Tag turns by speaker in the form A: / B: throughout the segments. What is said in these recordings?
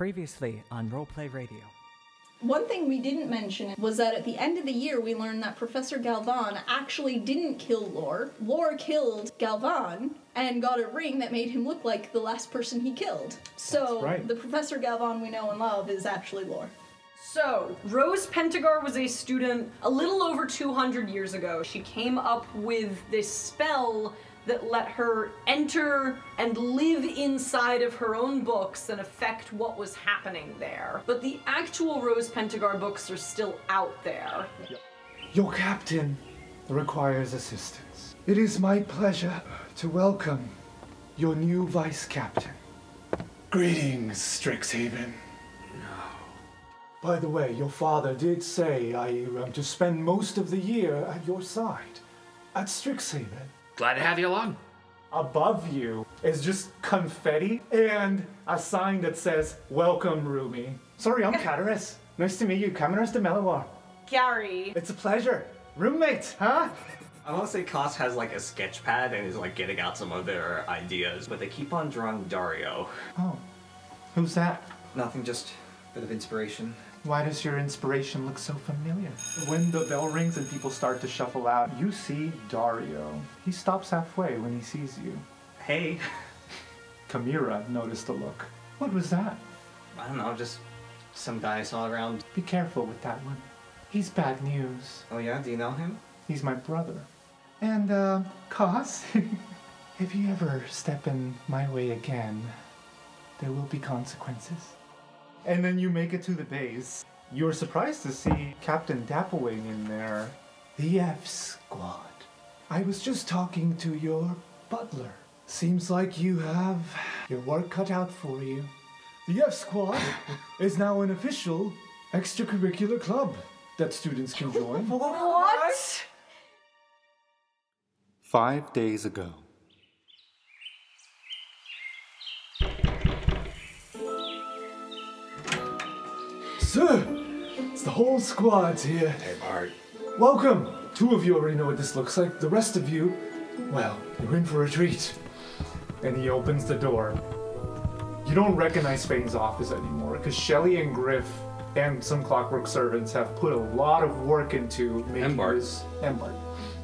A: Previously on Roleplay Radio.
B: One thing we didn't mention was that at the end of the year, we learned that Professor Galvan actually didn't kill Lore. Lore killed Galvan and got a ring that made him look like the last person he killed. So
C: right.
B: the Professor Galvan we know and love is actually Lore.
D: So, Rose Pentagar was a student a little over 200 years ago. She came up with this spell that let her enter and live inside of her own books and affect what was happening there. But the actual Rose Pentagar books are still out there.
C: Your captain requires assistance. It is my pleasure to welcome your new vice captain. Greetings, Strixhaven. By the way, your father did say I am to spend most of the year at your side, at Strixhaven.
E: Glad to have you along.
C: Above you is just confetti and a sign that says, Welcome, Rumi. Sorry, I'm Cataris. Nice to meet you, Camaras de Melawar.
D: Gary.
C: It's a pleasure. Roommate, huh?
F: I want to say Koss has like a sketch pad and is like getting out some of their ideas, but they keep on drawing Dario.
C: Oh, Who's that?
G: Nothing, just a bit of inspiration.
C: Why does your inspiration look so familiar? When the bell rings and people start to shuffle out, you see Dario. He stops halfway when he sees you.
F: Hey,
C: Kamira noticed the look. What was that?
F: I don't know, just some guy I saw around.
C: Be careful with that one. He's bad news.
G: Oh yeah, do you know him?
C: He's my brother. And, uh, Koss, if you ever step in my way again, there will be consequences. And then you make it to the base. You're surprised to see Captain Dapplewing in there. The F Squad. I was just talking to your butler. Seems like you have your work cut out for you. The F Squad is now an official extracurricular club that students can join.
D: What?
H: Five days ago.
C: Sir, it's the whole squad's here. Hey, Bart. Welcome. Two of you already know what this looks like. The rest of you, well, you're in for a treat. And he opens the door. You don't recognize Fane's office anymore because Shelly and Griff and some clockwork servants have put a lot of work into making
E: And Bart.
C: this. And Bart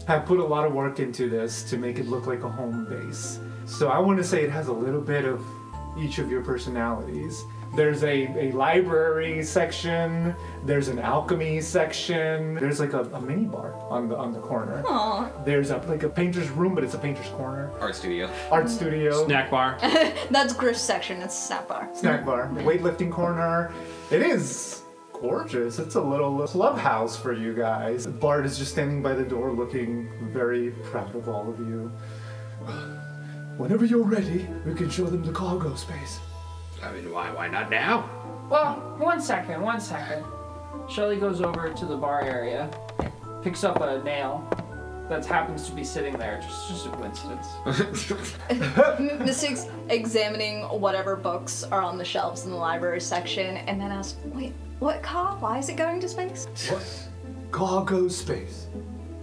C: have put a lot of work into this to make it look like a home base. So I want to say it has a little bit of each of your personalities. There's a, a library section, there's an alchemy section, there's like a, a mini bar on the on the corner. There's a like a painter's room, but it's a painter's corner.
F: Art studio.
C: Art studio,
E: Snack bar.
B: That's Griff's section, it's Snap Bar.
C: snack bar, weightlifting corner. It is gorgeous. It's a little clubhouse for you guys. Bart is just standing by the door looking very proud of all of you. Whenever you're ready, we can show them the cargo space.
E: I mean, why? Why not now?
I: Well, one second, one second. Shelly goes over to the bar area, picks up a nail that happens to be sitting there. Just, just a coincidence.
B: Mystics examining whatever books are on the shelves in the library section and then asks, wait, what car? Why is it going to space?
C: Cargo space.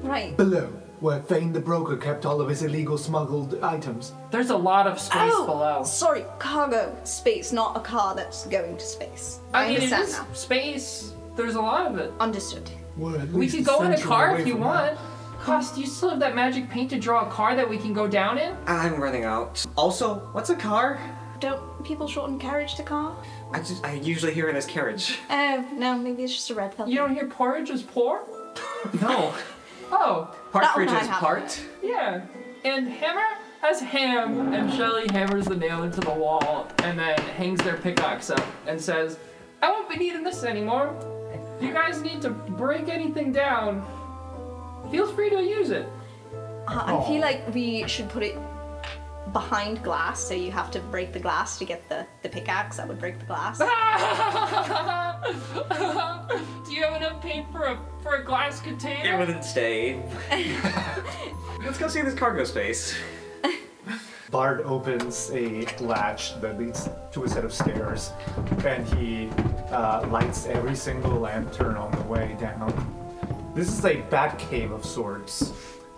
B: Right.
C: Below, where Fane the Broker kept all of his illegal smuggled items.
I: There's a lot of space
B: Oh,
I: below.
B: sorry, cargo space, not a car that's going to space.
I: I mean, it
B: understand
I: is
B: now.
I: space. There's a lot of it.
B: Understood.
C: We're at
I: We
C: least
I: could go in a
C: century
I: car
C: away
I: if you
C: from that.
I: want. Cost, do you still have that magic paint to draw a car that we can go down in?
G: I'm running out. Also, what's a car?
B: Don't people shorten carriage to car?
G: I just I usually hear it as carriage.
B: Oh, no, maybe it's just a red pill.
I: You don't hear porridge is poor?
G: No,
I: Oh,
G: partridge
B: one I
G: is
B: have.
G: part.
I: yeah. And hammer has ham, and Shelly hammers the nail into the wall and then hangs their pickaxe up and says, I won't be needing this anymore. If you guys need to break anything down, feel free to use it.
B: Uh, I I feel like we should put it behind glass, so you have to break the glass to get the, the pickaxe that would break the glass.
J: Ah!
I: Do you have enough paint for a for a glass container?
F: It wouldn't stay.
G: Let's go see this cargo space.
C: Bard opens a latch that leads to a set of stairs, and he uh, lights every single lantern on the way down. This is a bat cave of sorts.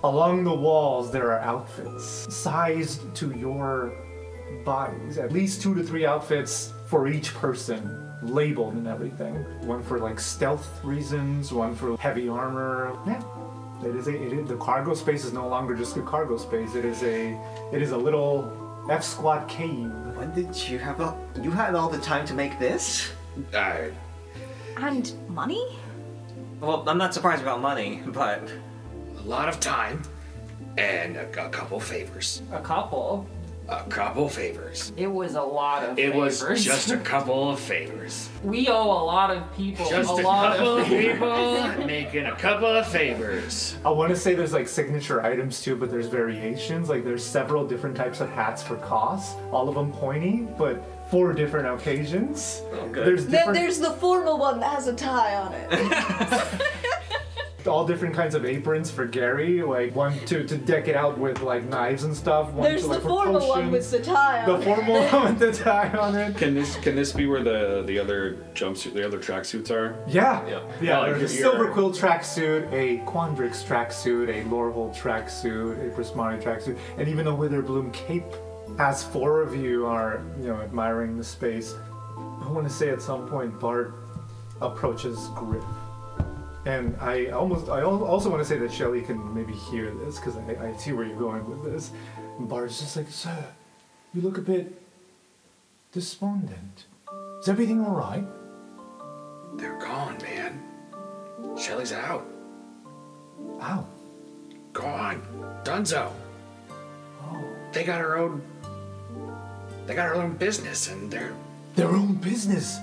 C: Along the walls, there are outfits sized to your bodies, at least two to three outfits for each person labeled and everything. One for like stealth reasons, one for heavy armor. Yeah. It is a it is, the cargo space is no longer just a cargo space. It is a it is a little F squad cave.
G: When did you have all, you had all the time to make this?
E: I,
B: And money?
G: Well, I'm not surprised about money, but
E: a lot of time and a, a couple favors.
I: A couple.
E: A couple favors.
I: It was a lot of.
E: It was
I: favors.
E: just a couple of favors.
I: We owe a lot of people
E: Just
I: a
E: a,
I: lot
E: couple
I: of
E: of
I: favors.
E: people making a couple of favors.
C: I want to say there's like signature items too, but there's variations. Like there's several different types of hats for Koss, all of them pointy, but for different occasions.
G: oh,
C: There's
B: Then
C: different,
B: there's the formal one that has a tie on it.
C: all different kinds of aprons for Gary, like one to to deck it out with like knives and stuff. One
B: There's
C: to,
B: the
C: like, for
B: formal one with
C: potions.
B: the tie
C: the
B: on it.
C: formal one with the tie on it.
H: Can this can this be where the the other jumpsuit, the other tracksuits are?
C: Yeah,
H: Yeah.
C: yeah.
H: Like
C: there's a
H: your-
C: silver quill tracksuit, a Quandrix tracksuit, a Lorhold tracksuit, a Prismari tracksuit, and even a Witherbloom cape. As four of you are, you know, admiring the space, I want to say at some point Bart approaches Griff, and I almost, I al- also want to say that Shelly can maybe hear this because I, I see where you're going with this. And Bart's just like, sir, you look a bit despondent. Is everything all right?
E: They're gone, man. Shelly's out.
C: Ow.
E: Gone. Dunzo.
C: Oh.
E: They got her own. They got her own business, and they're
C: their own business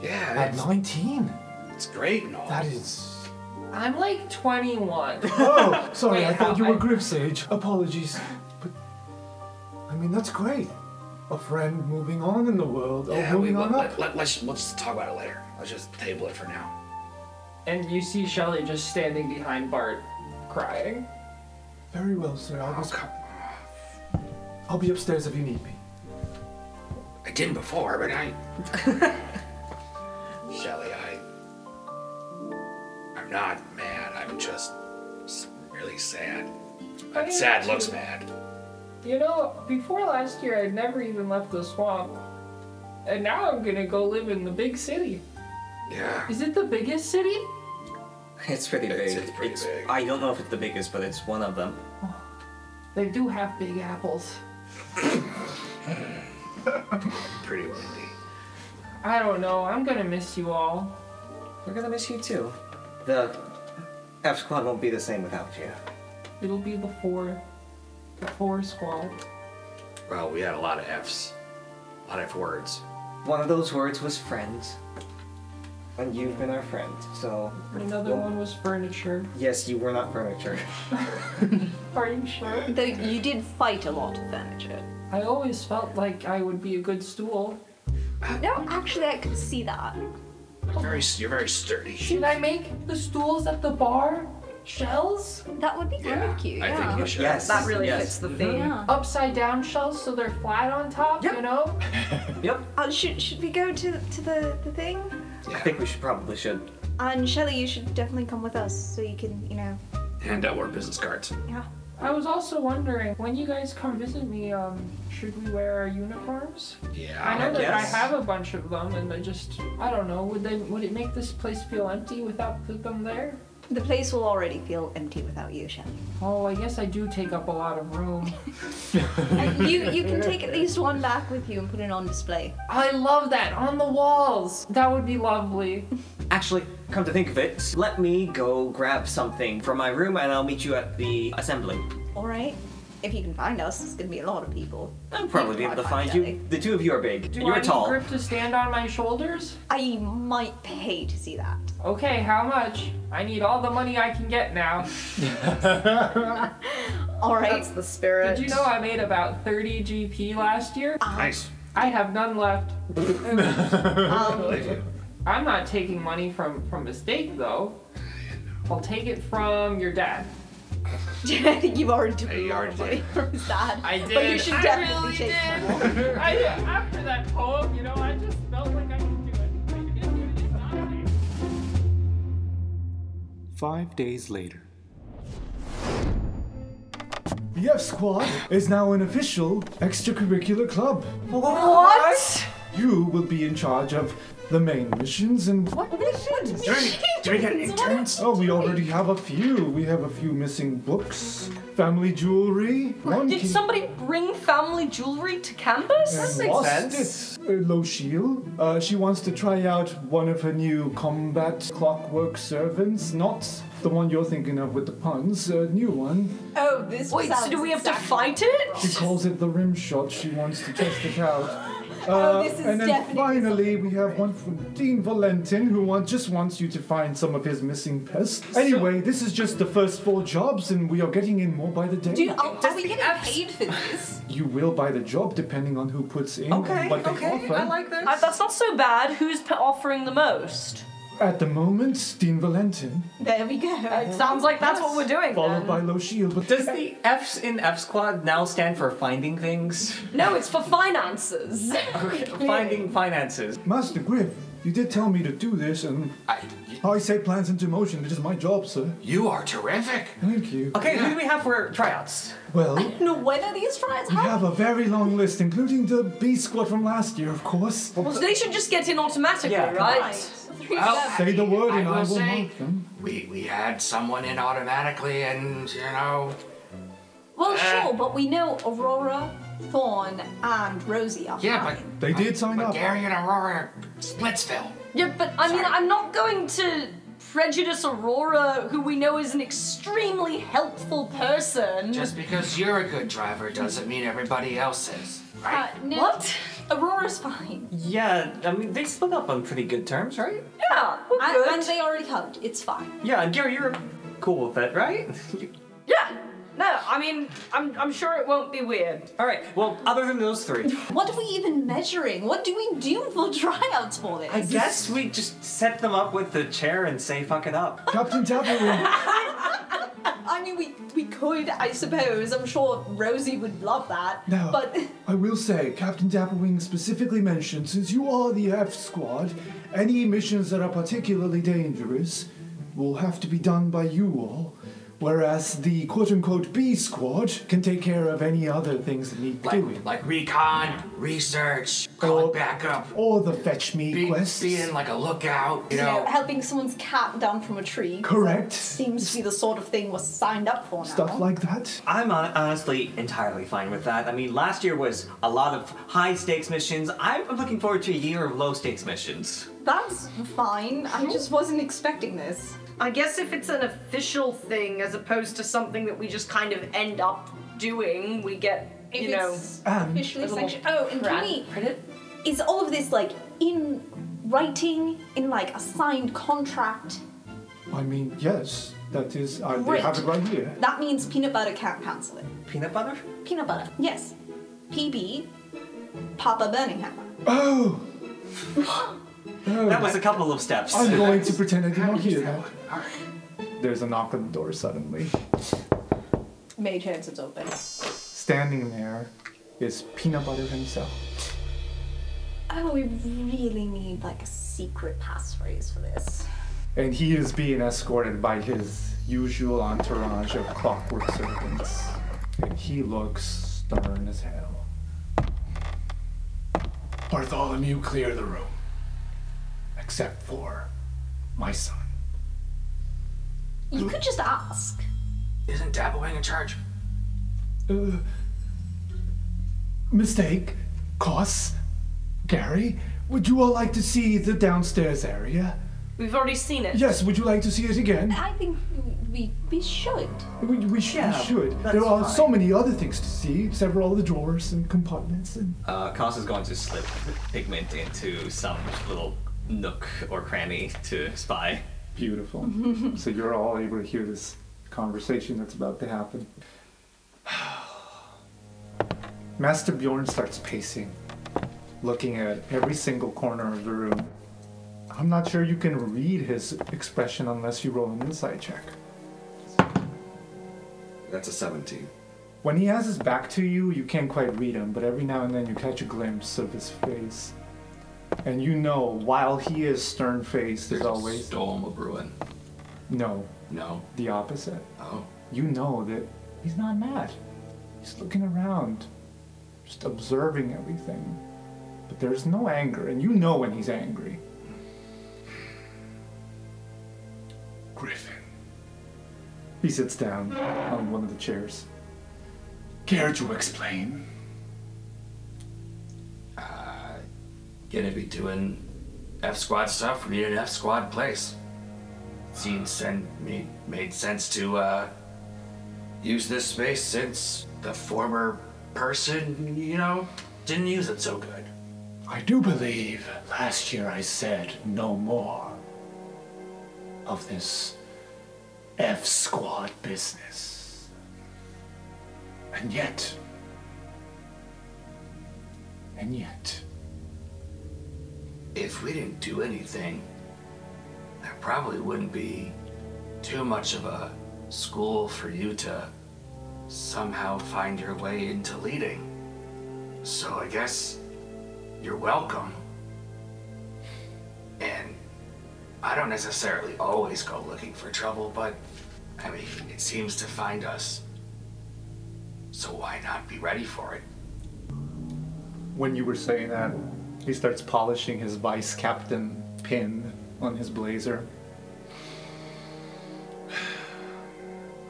E: yeah.
C: at
E: It's,
C: 19.
E: it's great and all.
C: That is.
I: I'm like 21.
C: Oh, sorry, I
I: Wait,
C: thought
I: how-
C: you were
I: I-
C: Griff's age. Apologies. But, I mean, that's great. A friend moving on in the world,
E: yeah,
C: or
E: we,
C: moving
E: let,
C: on up.
E: let, let, let's let's talk about it later. Let's just table it for now.
I: and you see Shelly just standing behind Bart, crying.
C: Very well, sir. I'll,
E: Oh,
C: just,
E: come
C: I'll be upstairs if you need me.
E: I didn't before, but I. Shelly, I. I'm not mad. I'm just s- really sad.
I: I-
E: That sad looks mad.
I: You know, before last year, I'd never even left the swamp. And now I'm gonna go live in the big city.
E: Yeah.
I: Is it the biggest city?
G: It's pretty big.
E: It's- it's pretty big.
G: I don't know if it's the biggest, but it's one of them.
I: They do have big apples.
E: Pretty windy.
I: I don't know. I'm gonna miss you all.
G: We're gonna miss you too. The F Squad won't be the same without you.
I: It'll be the four, the four squad.
E: Well, we had a lot of F's. A lot of F words.
G: One of those words was friends. And you've been our friend, so.
I: Another one was furniture.
G: Yes, you were not furniture.
I: Are you sure?
J: Though you did fight a lot of furniture.
I: I always felt like I would be a good stool.
J: No, actually, I could see that.
E: You're very, you're very sturdy.
I: Should I make the stools at the bar shells?
J: That would be kind
E: Yeah,
J: of cute.
E: I
J: yeah.
E: think you should.
G: Yes.
D: That really
G: yes.
D: fits the theme.
J: yeah.
I: Upside down shells so they're flat on top, you
G: Yep.
I: know?
G: Yep.
J: Uh, should, should we go to, to the, the thing?
G: I think we should probably should.
J: And Shelley, you should definitely come with us so you can, you know.
E: Hand out our business cards.
J: Yeah.
I: I was also wondering, when you guys come visit me, um, should we wear our uniforms? I know
E: Yeah.
I: that
G: Uh, yes.
I: I have a bunch of them, and I just, I don't know, would they, would it make this place feel empty without them there?
J: The place will already feel empty without you, Shelley.
I: Oh, I guess I do take up a lot of room.
J: And you, you can take at least one back with you and put it on display.
I: I love that on the walls. That would be lovely.
G: Actually, come to think of it, let me go grab something from my room and I'll meet you at the assembly.
J: All right? If you can find us, it's going to be a lot of people.
G: I'll probably be able to find you. The two of you are big.
I: Do I
G: You're
I: need
G: tall.
I: grip to stand on my shoulders?
J: I might pay to see that.
I: Okay, how much? I need all the money I can get now.
J: All right.
D: That's the spirit.
I: Did you know I made about 30 GP last year?
G: Uh.
E: Nice.
I: I have none left.
J: Um,
I: I'm not taking money from from mistake though. I'll take it from your dad.
J: I think you've already took
E: Hey,
J: a
E: you
J: lot
E: already
J: of money from his dad.
I: I did.
J: But you should
I: I
J: definitely
I: really
J: take some.
I: did. I, after that poem, you know, I just felt like I could do it. It is what it is, honestly.
K: Five days later.
C: The F Squad is now an official extracurricular club.
G: What?
C: You will be in charge of the main missions and.
B: What missions?
C: Do we- do we get
B: Missions?
C: Oh, we already have a few. We have a few missing books, family jewelry. One
D: Did
C: key-
D: somebody bring family jewelry to campus?
C: and lost it. Uh, Lochiel, uh, she wants to try out one of her new combat clockwork servants, not the one you're thinking of with the puns, a new one.
D: Oh, this Wait, so do we have to fight it?
C: She calls it the rim shot. She wants to test it out. Uh,
D: Oh, this is
C: and then
D: definitely
C: finally, we have one from Dean Valentin who want, just wants you to find some of his missing pests. Anyway, this is just the first four jobs, and we are getting in more by the day.
L: Dude, are, are we getting paid for this?
C: you will by the job depending on who puts in
D: Okay,
C: and what they offer.
D: this. that's not so bad. Who's p- offering the most?
C: At the moment, Dean Valentin,
B: There we go.
D: It sounds like that's what we're doing.
C: Uh, followed by Low Shield. But
F: Does the F's in F Squad now stand for finding things?
D: No, it's for finances.
F: finding finances.
C: Master Griff, you did tell me to do this, and I, I set plans into motion. It is my job, sir.
E: You are terrific.
C: Thank you.
F: Okay, who do we have for tryouts?
C: Well,
L: No, when are these trials
C: we have a very long list, including the B squad from last year, of course.
D: Well, they should just get in automatically,
C: Yeah.
D: right?
E: Well,
C: Say the word,
E: I
C: and I
E: will
C: will
E: say-
C: mark them.
E: We we had someone in automatically, and you know.
B: Well,
E: Eh.
B: sure, but we know Aurora, Thorn, and Rosie are
E: Yeah,
B: fine.
E: but
C: they did sign
E: up. Gary and Aurora Splitsville.
D: Yeah, but I mean, I'm not going to prejudice Aurora, who we know is an extremely helpful person.
E: Just because you're a good driver doesn't mean everybody else is.
D: uh, no. What? Aurora's fine.
F: Yeah, I mean, they split up on pretty good terms, right?
D: Yeah, we're
B: And,
D: good.
B: and they already hugged. It's fine.
F: Yeah, and Gary, you're cool with it, right?
D: yeah. No, I mean, I'm, I'm sure it won't be weird.
F: All right, well, other than those three,
L: What are we even measuring? What do we do for tryouts for this?
F: I guess we just set them up with the chair and say fuck it up.
C: Captain Taproom,
L: I mean, we we could, I suppose. I'm sure Rosie would love that.
C: No.
L: But
C: I will say, Captain Dapperwing specifically mentioned since you are the F squad, any missions that are particularly dangerous will have to be done by you all. Whereas the quote unquote B squad can take care of any other things that need doing.
E: Like recon, research, calling backup,
C: Or the fetch me quests.
E: being like a lookout. You
L: you know,
E: know.
L: helping someone's cat down from a tree. 'cause
C: Correct.
L: that Seems to be the sort of thing we're signed up for now.
C: Stuff like that.
F: I'm hon- honestly entirely fine with that. I mean, last year was a lot of high stakes missions. I'm looking forward to a year of low stakes missions.
L: That's fine. I just wasn't expecting this.
D: I guess if it's an official thing as opposed to something that we just kind of end up doing, we get,
L: If
D: you know.
L: it's
C: Um,
L: officially
D: a little
L: sanctioned. Oh, and can we?
D: print it?
L: Is all of this like in writing, in like a signed contract?
C: I mean, yes, that is. I they
L: Great.
C: have it right here.
L: That means peanut butter can't cancel it.
F: Peanut butter?
L: Peanut butter, yes. PB, Papa Burning Hammer.
C: Oh! Oh.
F: That was a couple of steps.
C: I'm going to pretend I did not hear that. There's a knock on the door suddenly.
L: Mage hands is open.
C: Standing there is Peanut Butter himself.
L: Oh, we really need like a secret passphrase for this.
C: And he is being escorted by his usual entourage of clockwork servants. And he looks stern as hell. Bartholomew, clear the room. Except for my son.
L: You could just ask.
E: Isn't Dabbling in charge?
C: Uh, mistake, Koss, Gary, would you all like to see the downstairs area?
D: We've already seen it.
C: Yes, would you like to see it again?
L: I think we we should.
C: We, we, sh-
F: Yeah,
C: we should.
F: that's
C: There are
F: fine.
C: so many other things to see, several other drawers and compartments. And
F: Uh, Koss is going to slip pigment into some little nook or cranny to spy.
C: Beautiful. so you're all able to hear this conversation that's about to happen. Master Bjorn starts pacing, looking at every single corner of the room. I'm not sure you can read his expression unless you roll an insight check.
H: That's a 17.
C: When he has his back to you, you can't quite read him, but every now and then you catch a glimpse of his face. And you know, while he is stern faced as always,
E: Storm of Bruin.
C: no,
E: No.
C: the opposite.
E: Oh.
C: you know that he's not mad. He's looking around, just observing everything.
M: but there's no anger, and you know when he's angry. Griffin. He sits down on one of the chairs. Care to explain?
E: Gonna be doing F squad stuff from an F squad place. Seemed send made, made sense to uh, use this space since the former person, you know, didn't use it so good.
C: I do believe last year I said no more of this F squad business. And yet, and yet,
E: If we didn't do anything, there probably wouldn't be too much of a school for you to somehow find your way into leading. So I guess you're welcome. And I don't necessarily always go looking for trouble, but I mean, it seems to find us. So why not be ready for it?
M: When you were saying that, he starts polishing his vice captain pin on his blazer.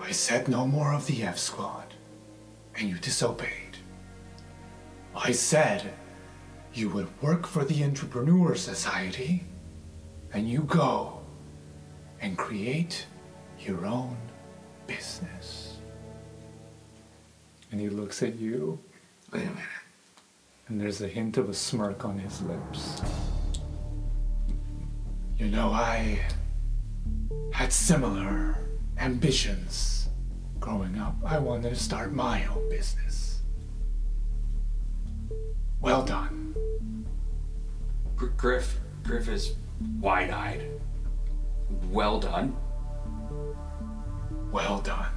C: I said no more of the F squad, and you disobeyed. I said you would work for the Entrepreneur Society, and you go and create your own business.
M: And he looks at you.
E: Wait a minute.
M: And there's a hint of a smirk on his lips.
C: You know, Oh, I had similar ambitions growing up. I wanted to start my own business. Well done.
E: Gr- Griff, Griff is wide-eyed. Well done.
C: Well done.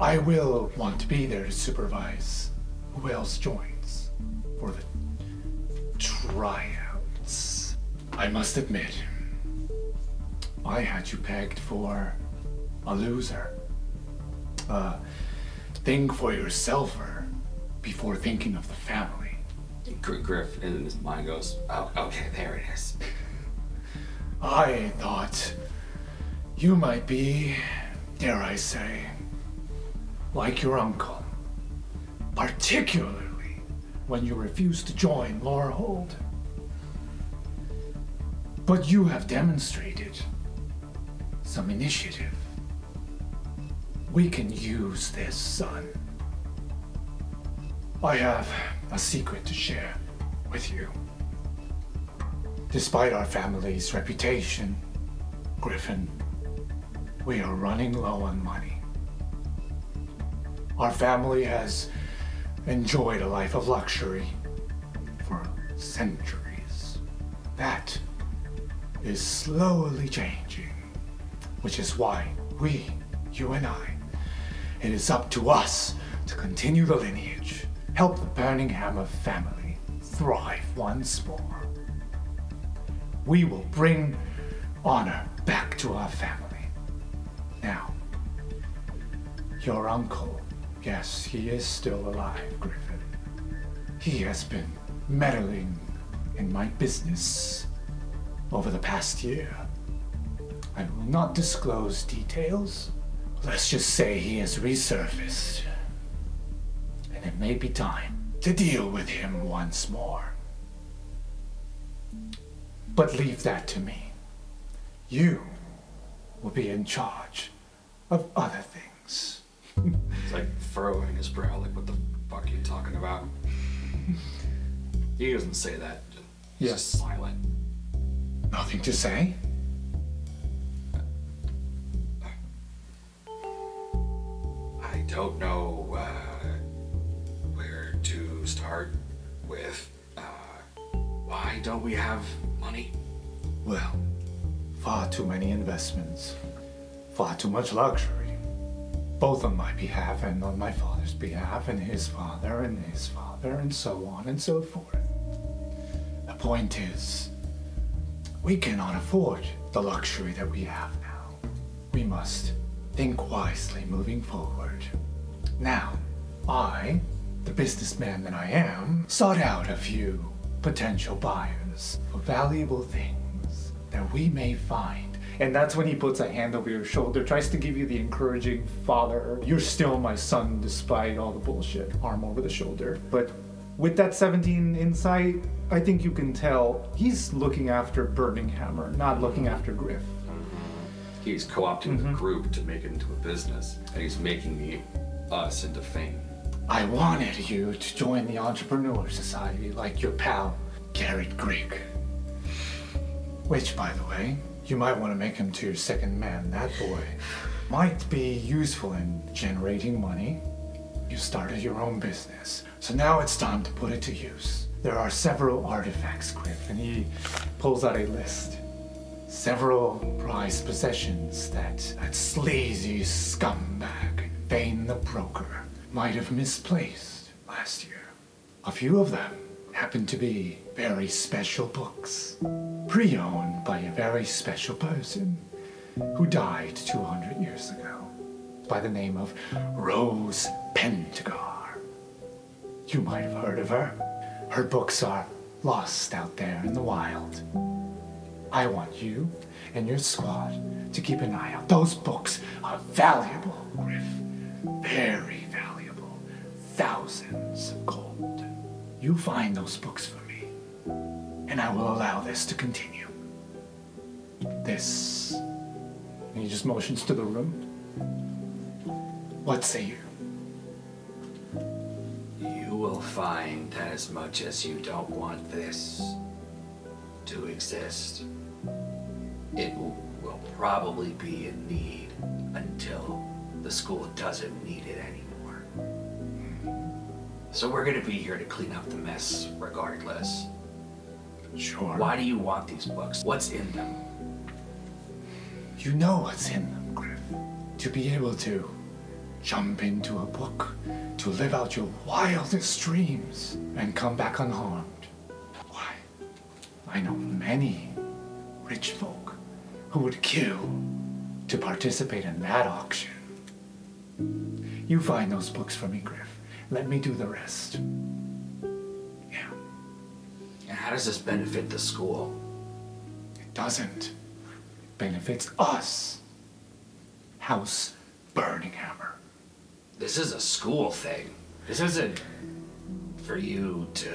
C: I will want to be there to supervise who else joins for the tryouts. I must admit, I had you pegged for a loser. Uh, think for yourself before thinking of the family.
E: Gr- Griff in his mind goes, oh, okay, there it is.
C: I thought you might be, dare I say, like your uncle. Particularly when you refused to join Lorehold. But you have demonstrated some initiative. We can use this, son. I have a secret to share with you. Despite our family's reputation, Griffin, we are running low on money. Our family has enjoyed a life of luxury for centuries. That is slowly changing, which is why we, you and I, it is up to us to continue the lineage, help the Birmingham family thrive once more. We will bring honor back to our family. Now, your uncle, yes, he is still alive, Griffin. He has been meddling in my business over the past year. I will not disclose details. Let's just say he has resurfaced. And it may be time to deal with him once more. But leave that to me. You will be in charge of other things.
E: It's like furrowing his brow, like, what the fuck are you talking about? He doesn't say that. He's just silent.
C: Nothing to say?
E: I don't know uh, where to start with. Uh, why don't we have money?
C: Well, far too many investments, far too much luxury, both on my behalf and on my father's behalf, and his father and his father, and so on and so forth. The point is, we cannot afford the luxury that we have now. We must think wisely moving forward. Now, I the businessman that I am, sought out a few potential buyers for valuable things that we may find. And that's when he puts a hand over your shoulder, tries to give you the encouraging father, you're still my son despite all the bullshit, arm over the shoulder. But with that 17 insight, I think you can tell he's looking after Burning Hammer, not looking after Griff.
N: He's co-opting the group to make it into a business, and he's making the
E: uh,
N: us into fame.
C: I wanted you to join the Entrepreneur Society like your pal, Garrett Greek. Which, by the way, you might want to make him to your second man. That boy might be useful in generating money. You started your own business, so now it's time to put it to use. There are several artifacts, Griff, and he pulls out a list. Several prized possessions that that sleazy scumbag, Vane the Broker, might have misplaced last year. A few of them happen to be very special books, pre owned by a very special person who died 200 years ago by the name of Rose Pentagar. You might have heard of her. Her books are lost out there in the wild. I want you and your squad to keep an eye out. Those books are valuable, Griff. Very valuable. Thousands of gold. You find those books for me, and I will allow this to continue. This. And he just motions to the room. What say you?
E: You will find that as much as you don't want this to exist, it will, will probably be in need until the school doesn't need it anymore. So we're going to be here to clean up the mess regardless.
C: Sure.
E: Why do you want these books? What's in them?
C: You know what's in them, Griff. To be able to jump into a book, to live out your wildest dreams, and come back unharmed. Why? I know many rich folk who would kill to participate in that auction. You find those books for me, Griff. Let me do the rest.
E: And how does this benefit the school?
C: It doesn't. It benefits us. House Burning Hammer.
E: This is a school thing. This isn't for you to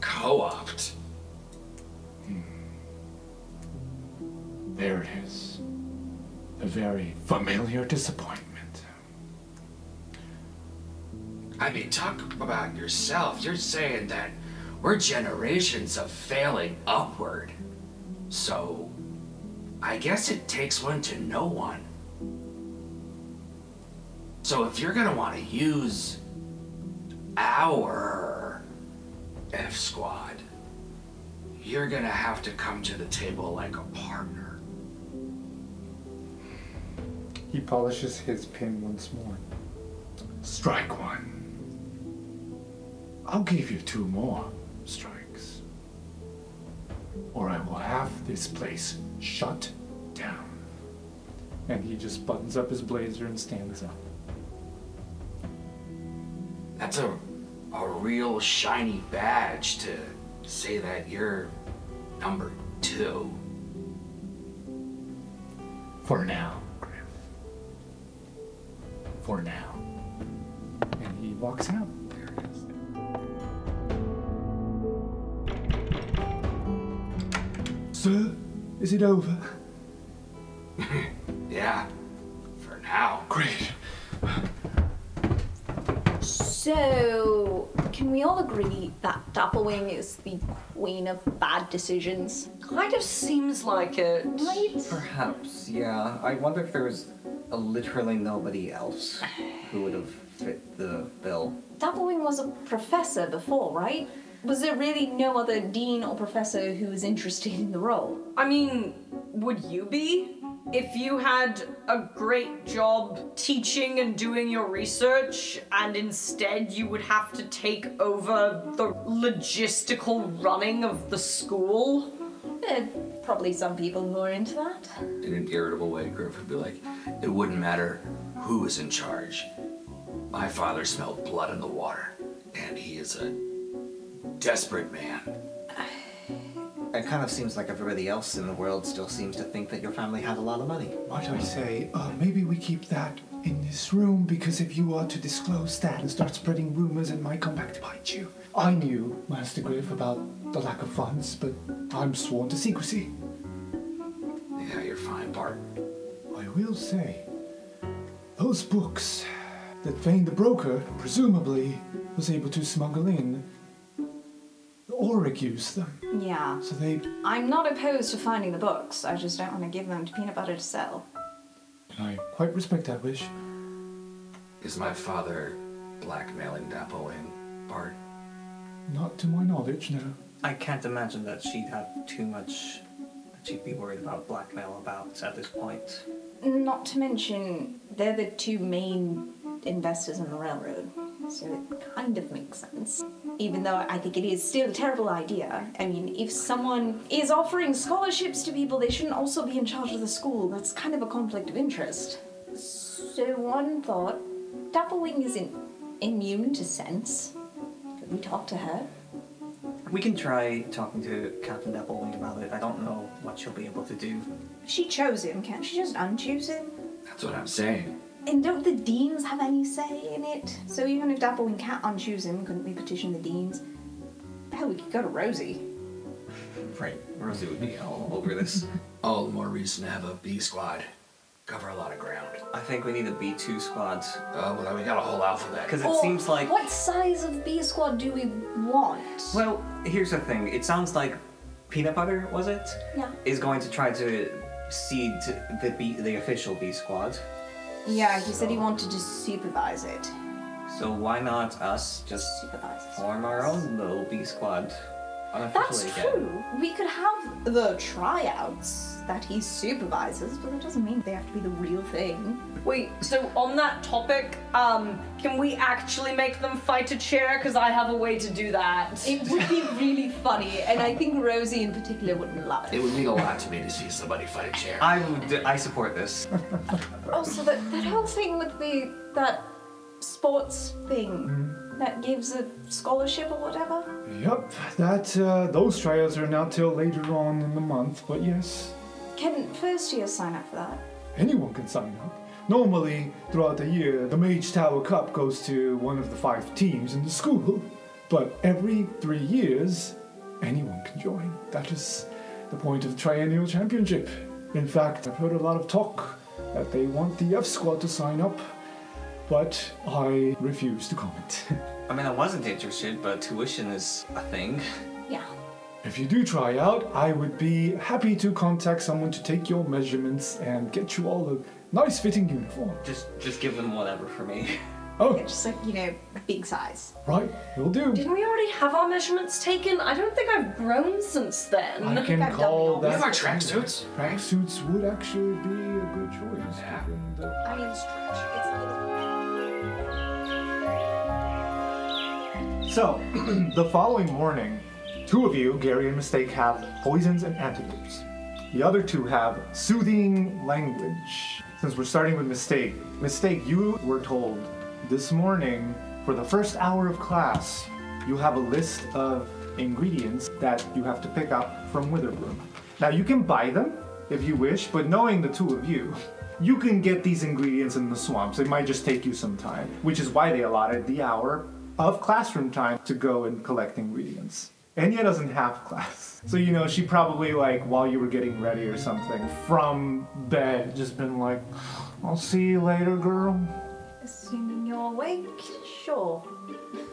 E: co opt.
C: There it is. A very familiar disappointment.
E: I mean, talk about yourself. You're saying that we're generations of failing upward. So, I guess it takes one to know one. So, if you're gonna want to use our F squad, you're gonna have to come to the table like a partner.
O: He polishes his pin once more.
C: Strike one. I'll give you two more strikes. Or I will have this place shut down.
O: And he just buttons up his blazer and stands up.
E: That's a, a real shiny badge to say that you're number two.
C: For now, Griff. For now.
O: And he walks out.
C: Sir, is it over?
E: Yeah, for now.
C: Great.
L: So, can we all agree that Dapplewing is the queen of bad decisions?
D: Kind of seems like it. Right?
P: Perhaps, yeah. I wonder if there was uh, literally nobody else who would have fit the bill.
L: Dapplewing was a professor before, right?
Q: Was there really no other dean or professor who was interested in the role?
D: I mean, would you be? If you had a great job teaching and doing your research, and instead you would have to take over the logistical running of the school?
L: There are probably some people who are into that.
E: In an irritable way, Griff would be like, it wouldn't matter who is in charge. My father smelled blood in the water, and he is a desperate man.
F: It kind of seems like everybody else in the world still seems to think that your family had a lot of money.
R: What I say, uh, maybe we keep that in this room because if you are to disclose that and start spreading rumors, it might come back to bite you.
C: I knew, Master Griff, about the lack of funds, but I'm sworn to secrecy.
E: Yeah, you're fine, Bart.
R: I will say, those books that Vane the Broker presumably was able to smuggle in, Auric used them.
L: Yeah.
R: So they.
L: I'm not opposed to finding the books. I just don't want to give them to Peanut Butter to sell.
R: I quite respect that wish.
E: Is my father blackmailing Dappling, Bart?
R: Not to my knowledge, no.
F: I can't imagine that she'd have too much that she'd be worried about blackmail about at this point.
L: Not to mention, they're the two main investors in the railroad, so it kind of makes sense. Even though I think it is still a terrible idea. I mean, if someone is offering scholarships to people, they shouldn't also be in charge of the school. That's kind of a conflict of interest. So, one thought Dappling isn't immune to sense. Could we talk to her?
F: We can try talking to Captain Dapplewing about it. I don't know what she'll be able to do.
L: She chose him. Can't she just unchoose him?
E: That's what I'm saying.
L: And don't the deans have any say in it? So even if Dappling can't unchoose him, couldn't we petition the deans? Hell, we could go to Rosie.
F: Right, Rosie would be all over this.
E: All the more reason to have a B squad. Cover a lot of ground.
F: I think we need a B2 squad.
E: Oh, well, then we got a whole alphabet.
F: Because it
L: Or
F: seems like.
L: What size of B squad do we want?
F: Well, here's the thing. It sounds like Peanut Butter, was it?
L: Yeah.
F: Is going to try to seed the B, the official B squad.
L: Yeah, he said he wanted to supervise it.
F: So why not Uh, us just form our own little B squad
L: That's
F: unofficially again?
L: true. We could have the tryouts that he supervises, but that doesn't mean they have to be the real thing.
D: Wait, so on that topic, um, can we actually make them fight a chair? Because I have a way to do that.
L: It would be really funny, and I think Rosie in particular wouldn't love
E: It would mean a lot to me to see somebody fight a chair.
F: I would. I support this.
L: Oh, so that, that whole thing with the that sports thing that gives a scholarship or whatever.
C: Yep, that uh, those trials are not till later on in the month, but yes,
L: Can first year sign up for that?
C: anyone can sign up. Normally, throughout the year, the Mage Tower Cup goes to one of the five teams in the school, but every three years, anyone can join. That is the point of the Triennial Championship. In fact, I've heard a lot of talk that they want the F Squad to sign up, but I refuse to comment.
F: I mean, I wasn't interested, but tuition is a thing.
L: Yeah.
C: If you do try out, I would be happy to contact someone to take your measurements and get you all a nice fitting uniform.
F: Just, just give them whatever for me.
C: Oh.
L: Yeah, just like, you know, big size.
C: Right, will do.
D: Didn't we already have our measurements taken? I don't think I've grown since then.
C: I can call that.
D: These are
E: tracksuits.
C: Tracksuits would actually be a good choice. uh, given the-
L: I mean, it's a
C: So, the following morning, two of you, Gary and Mistake, have poisons and antidotes. The other two have soothing language. Since we're starting with Mistake, Mistake, you were told this morning for the first hour of class, you have a list of ingredients that you have to pick up from Witherbloom. Now, you can buy them if you wish, but knowing the two of you, you can get these ingredients in the swamps. It might just take you some time, which is why they allotted the hour of classroom time to go and collect ingredients. Enya doesn't have class. So, you know, she probably, like, while you were getting ready or something, from bed, just been like, I'll see you later, girl.
L: Assuming you're awake, sure.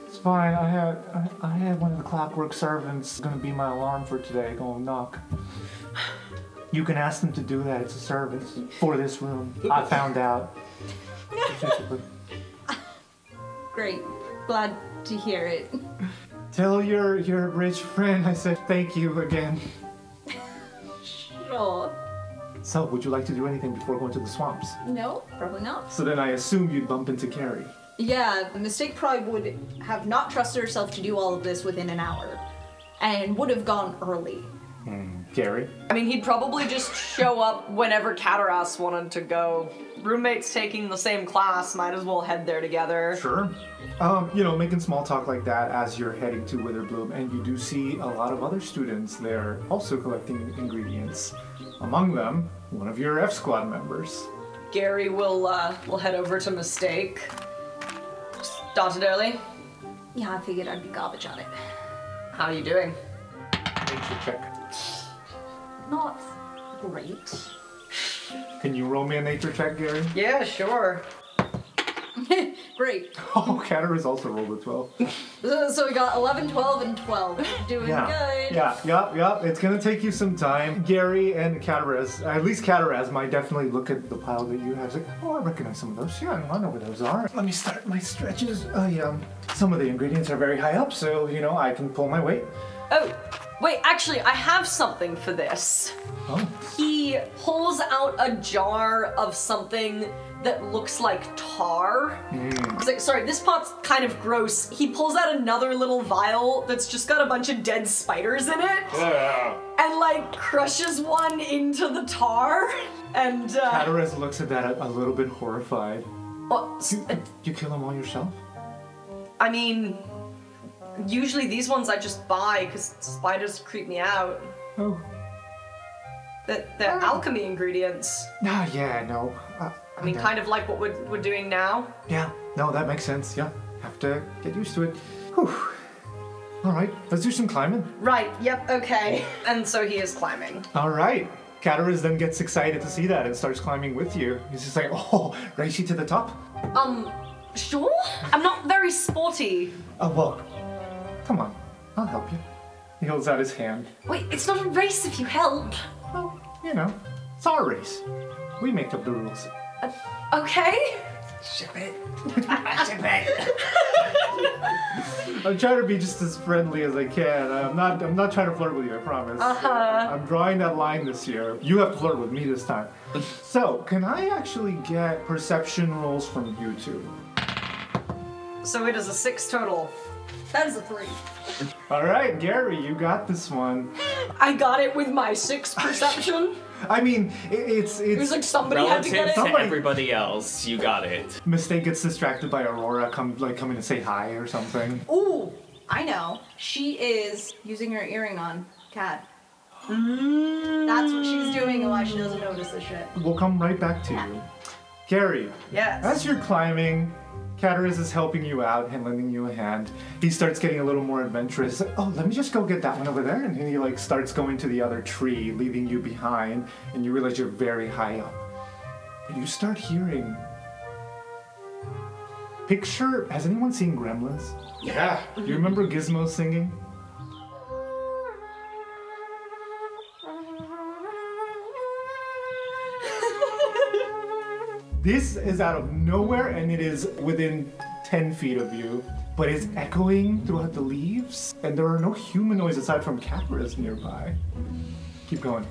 C: It's fine. I had I, I had one of the clockwork servants gonna be my alarm for today. Gonna knock. You can ask them to do that. It's a service for this room. I found out.
L: Great. Glad to hear it.
C: Tell your your rich friend I said thank you again.
L: Sure.
C: So, would you like to do anything before going to the swamps?
L: No, probably not.
C: So then I assume you'd bump into Carrie.
L: Yeah, Mistake probably would have not trusted herself to do all of this within an hour and would have gone early.
C: Gary?
D: I mean, he'd probably just show up whenever Cataras wanted to go. Roommates taking the same class, might as well head there together.
C: Sure. Um, you know, making small talk like that as you're heading to Witherbloom, and you do see a lot of other students there also collecting ingredients. Among them, one of your F Squad members.
D: Gary will uh, will head over to Mistake. Dr. Durley,
L: Yeah, I figured I'd be garbage at it.
D: how are you doing?
C: Nature check.
L: Not great.
C: Can you roll me a nature check, Gary?
D: Yeah, sure.
B: Great.
C: Oh, Katara's also rolled a 12.
B: So so we got 11, 12, and 12. Doing
C: yeah.
B: good.
C: Yeah, yeah, yeah. It's gonna take you some time. Gary and Cataraz, at least Cataraz, might definitely look at the pile that you have. It's like, oh, I recognize some of those. Yeah, I know where those are. Let me start my stretches. Oh, yeah. Some of the ingredients are very high up, so you know I can pull my weight.
D: Oh, wait, actually, I have something for this.
C: Oh.
D: He pulls out a jar of something that looks like tar.
C: Mm.
D: He's like, sorry, this pot's kind of gross. He pulls out another little vial that's just got a bunch of dead spiders in it and like crushes one into the tar. And uh,
C: Cataraz looks at that a, a little bit horrified.
D: well, oh, s-
C: You, you kill them all yourself?
D: I mean, usually these ones I just buy because spiders creep me out.
C: Oh.
D: They're, they're alchemy ingredients.
C: Ah, yeah, no. Uh,
D: I mean,
C: no.
D: kind of like what we're, we're doing now.
C: Yeah, no, that makes sense. Yeah, have to get used to it. Whew. All right, let's do some climbing.
D: Right, yep, okay. And so he is climbing.
C: All right. Cataras then gets excited to see that and starts climbing with you. He's just like, oh, Reishi to the top.
D: Um, sure? I'm not very sporty.
C: Oh, well, come on, I'll help you. He holds out his hand.
D: Wait, it's not a race if you help.
C: You know, it's our race. We make up the rules.
D: Okay?
E: Ship it.
C: I'm trying to be just as friendly as I can. I'm not. I'm not trying to flirt with you. I promise.
D: Uh-huh.
C: I'm drawing that line this year. You have to flirt with me this time. so, can I actually get perception rolls from you two?
D: So it is a six total. That is a three.
C: All right, Gary, you got this one.
D: I got it with my six perception.
C: I mean, i it's it's.
D: It was like somebody had to get it.
G: everybody else, you got it.
C: Mistake gets distracted by Aurora come like coming to say hi or something.
B: Ooh.
L: I know. She is using her earring on Cat. That's what she's doing and why she doesn't notice this shit.
C: We'll come right back to you. Gary.
D: Yes.
C: As you're climbing, Cataris is helping you out and lending you a hand. He starts getting a little more adventurous. Oh, let me just go get that one over there. And he like starts going to the other tree, leaving you behind, and you realize you're very high up. And you start hearing. Picture has anyone seen Gremlins?
H: Yeah.
C: You remember Gizmo singing? This is out of nowhere and it is within 10 feet of you, but it's echoing throughout the leaves, and there are no humanoids aside from Caparas nearby. Keep going.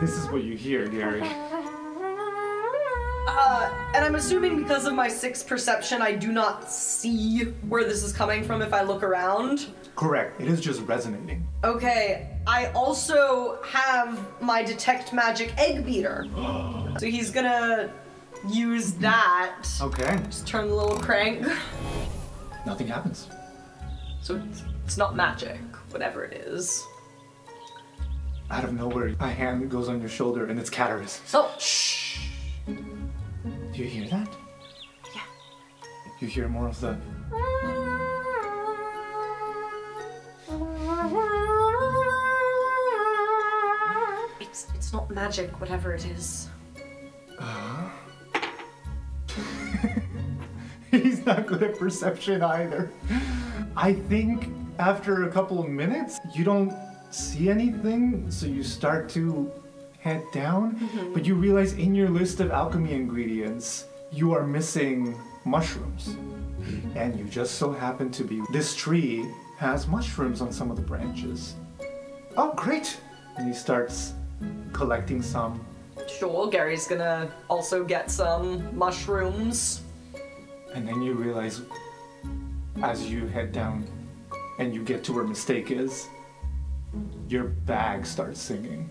C: This is what you hear, Gary.
D: Uh, and I'm assuming because of my six perception, I do not see where this is coming from if I look around.
C: Correct, it is just resonating.
D: Okay, I also have my detect magic egg beater. so he's gonna use that.
C: Okay,
D: Just turn the little crank.
C: nothing happens.
D: So it's, it's not magic, whatever it is.
C: Out of nowhere, a hand goes on your shoulder and it's Cataras.
D: So, shh.
C: Do you hear that? Yeah. You hear more of the.
D: It's, it's not magic, whatever it is.
C: He's not good at perception either. I think after a couple of minutes, you don't see anything, so you start to head down, but you realize in your list of alchemy ingredients, you are missing mushrooms. And you just so happen to be this tree has mushrooms on some of the branches. Oh, great! And he starts collecting some.
D: Sure, Gary's gonna also get some mushrooms.
C: And then you realize as you head down and you get to where mistake is, your bag starts singing.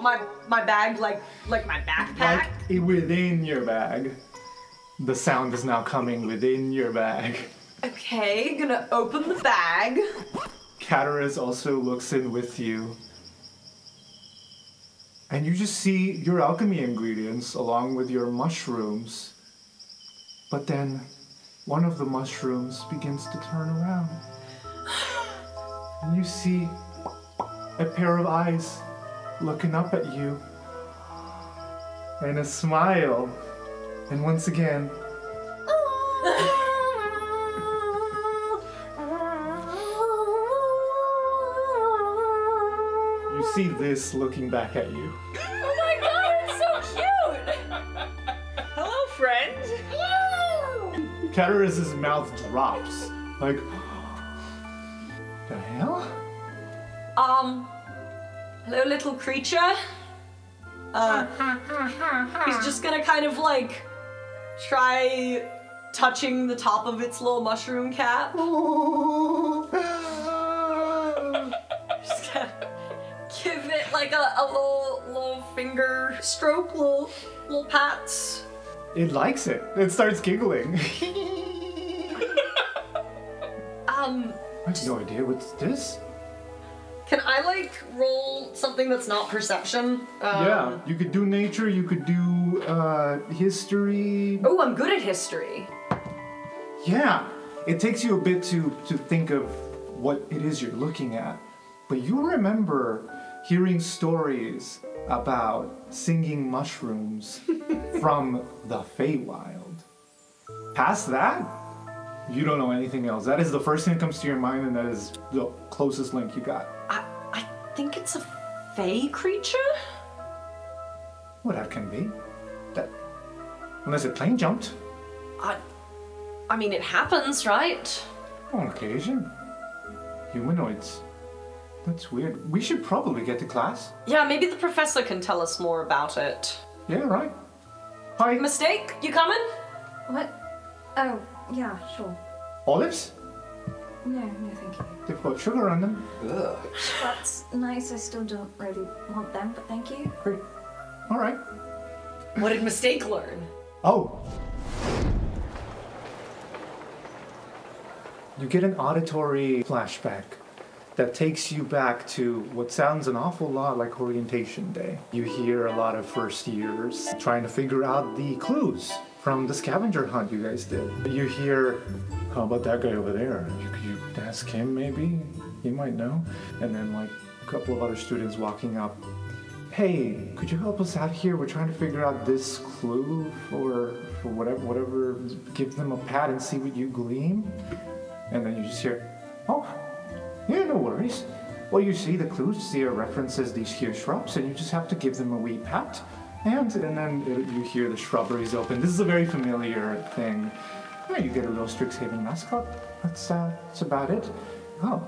D: My my bag, like like my backpack.
C: I- Within your bag. The sound is now coming within your bag.
D: Okay, gonna open the bag.
C: Cataras also looks in with you. And you just see your alchemy ingredients along with your mushrooms. But then one of the mushrooms begins to turn around. And you see a pair of eyes looking up at you. And a smile. And once again, you see this looking back at you.
D: Oh my god, it's so cute! Hello, friend. Hello.
C: Cataris's mouth drops. Like, the hell?
D: Um, hello, little creature. Uh, he's just gonna kind of like try touching the top of its little mushroom cap. just gonna give it like a, a little little finger stroke, little little pats.
C: It likes it. It starts giggling.
D: Um,
C: I have no idea what's this.
D: can I like roll something that's not perception? Um,
C: yeah, you could do nature, you could do uh, history.
D: Oh, I'm good at history.
C: Yeah, it takes you a bit to, to think of what it is you're looking at, but you remember hearing stories about singing mushrooms from the Feywild. Past that, you don't know anything else. That is the first thing that comes to your mind, and that is the closest link you got.
D: I think it's a fey creature.
C: Well, that can be. That, unless it plane jumped
D: I, I mean, it happens, right?
C: on occasion. Humanoids. That's weird. We should probably get to class.
D: Yeah, maybe the professor can tell us more about it.
C: Yeah, right.
D: Mistake, you coming?
L: What? Oh, yeah, sure.
C: Olives?
L: No, no, thank you.
C: They've got sugar on them. Ugh.
L: That's nice. I still don't really want them, but thank you.
C: All right.
D: What did Mistake learn?
C: Oh. You get an auditory flashback that takes you back to what sounds an awful lot like orientation day. You hear a lot of first years trying to figure out the clues from the scavenger hunt you guys did. You hear, how about that guy over there? You could you ask him maybe? He might know. And then like a couple of other students walking up. Hey, could you help us out here? We're trying to figure out this clue for, for whatever whatever give them a pat and see what you glean. And then you just hear, Oh, yeah, no worries. Well, you see the clues, the references these here shrubs, and you just have to give them a wee pat. And, and then it, you hear the shrubberies open. This is a very familiar thing. Yeah, you get a little Strixhaven mascot. That's, uh, that's about it. Oh,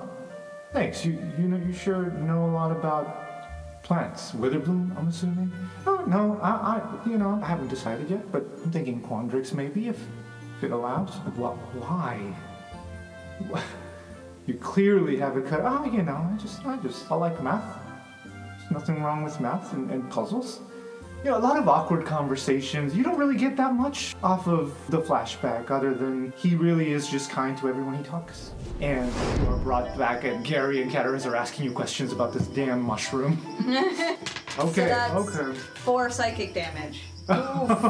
C: thanks. You, you, know, you sure know a lot about plants. Witherbloom, I'm assuming? Oh, no, I, I, you know, I haven't decided yet, but I'm thinking Quandrix maybe, if, if it allows. Wh- why? You clearly have it cut. Oh, you know, I just, I just, I like math. There's nothing wrong with math and, and puzzles. You know, a lot of awkward conversations. You don't really get that much off of the flashback, other than he really is just kind to everyone he talks. And you are brought back, and Gary and Cataris are asking you questions about this damn mushroom.
B: okay,
C: Okay, okay.
B: Four psychic damage.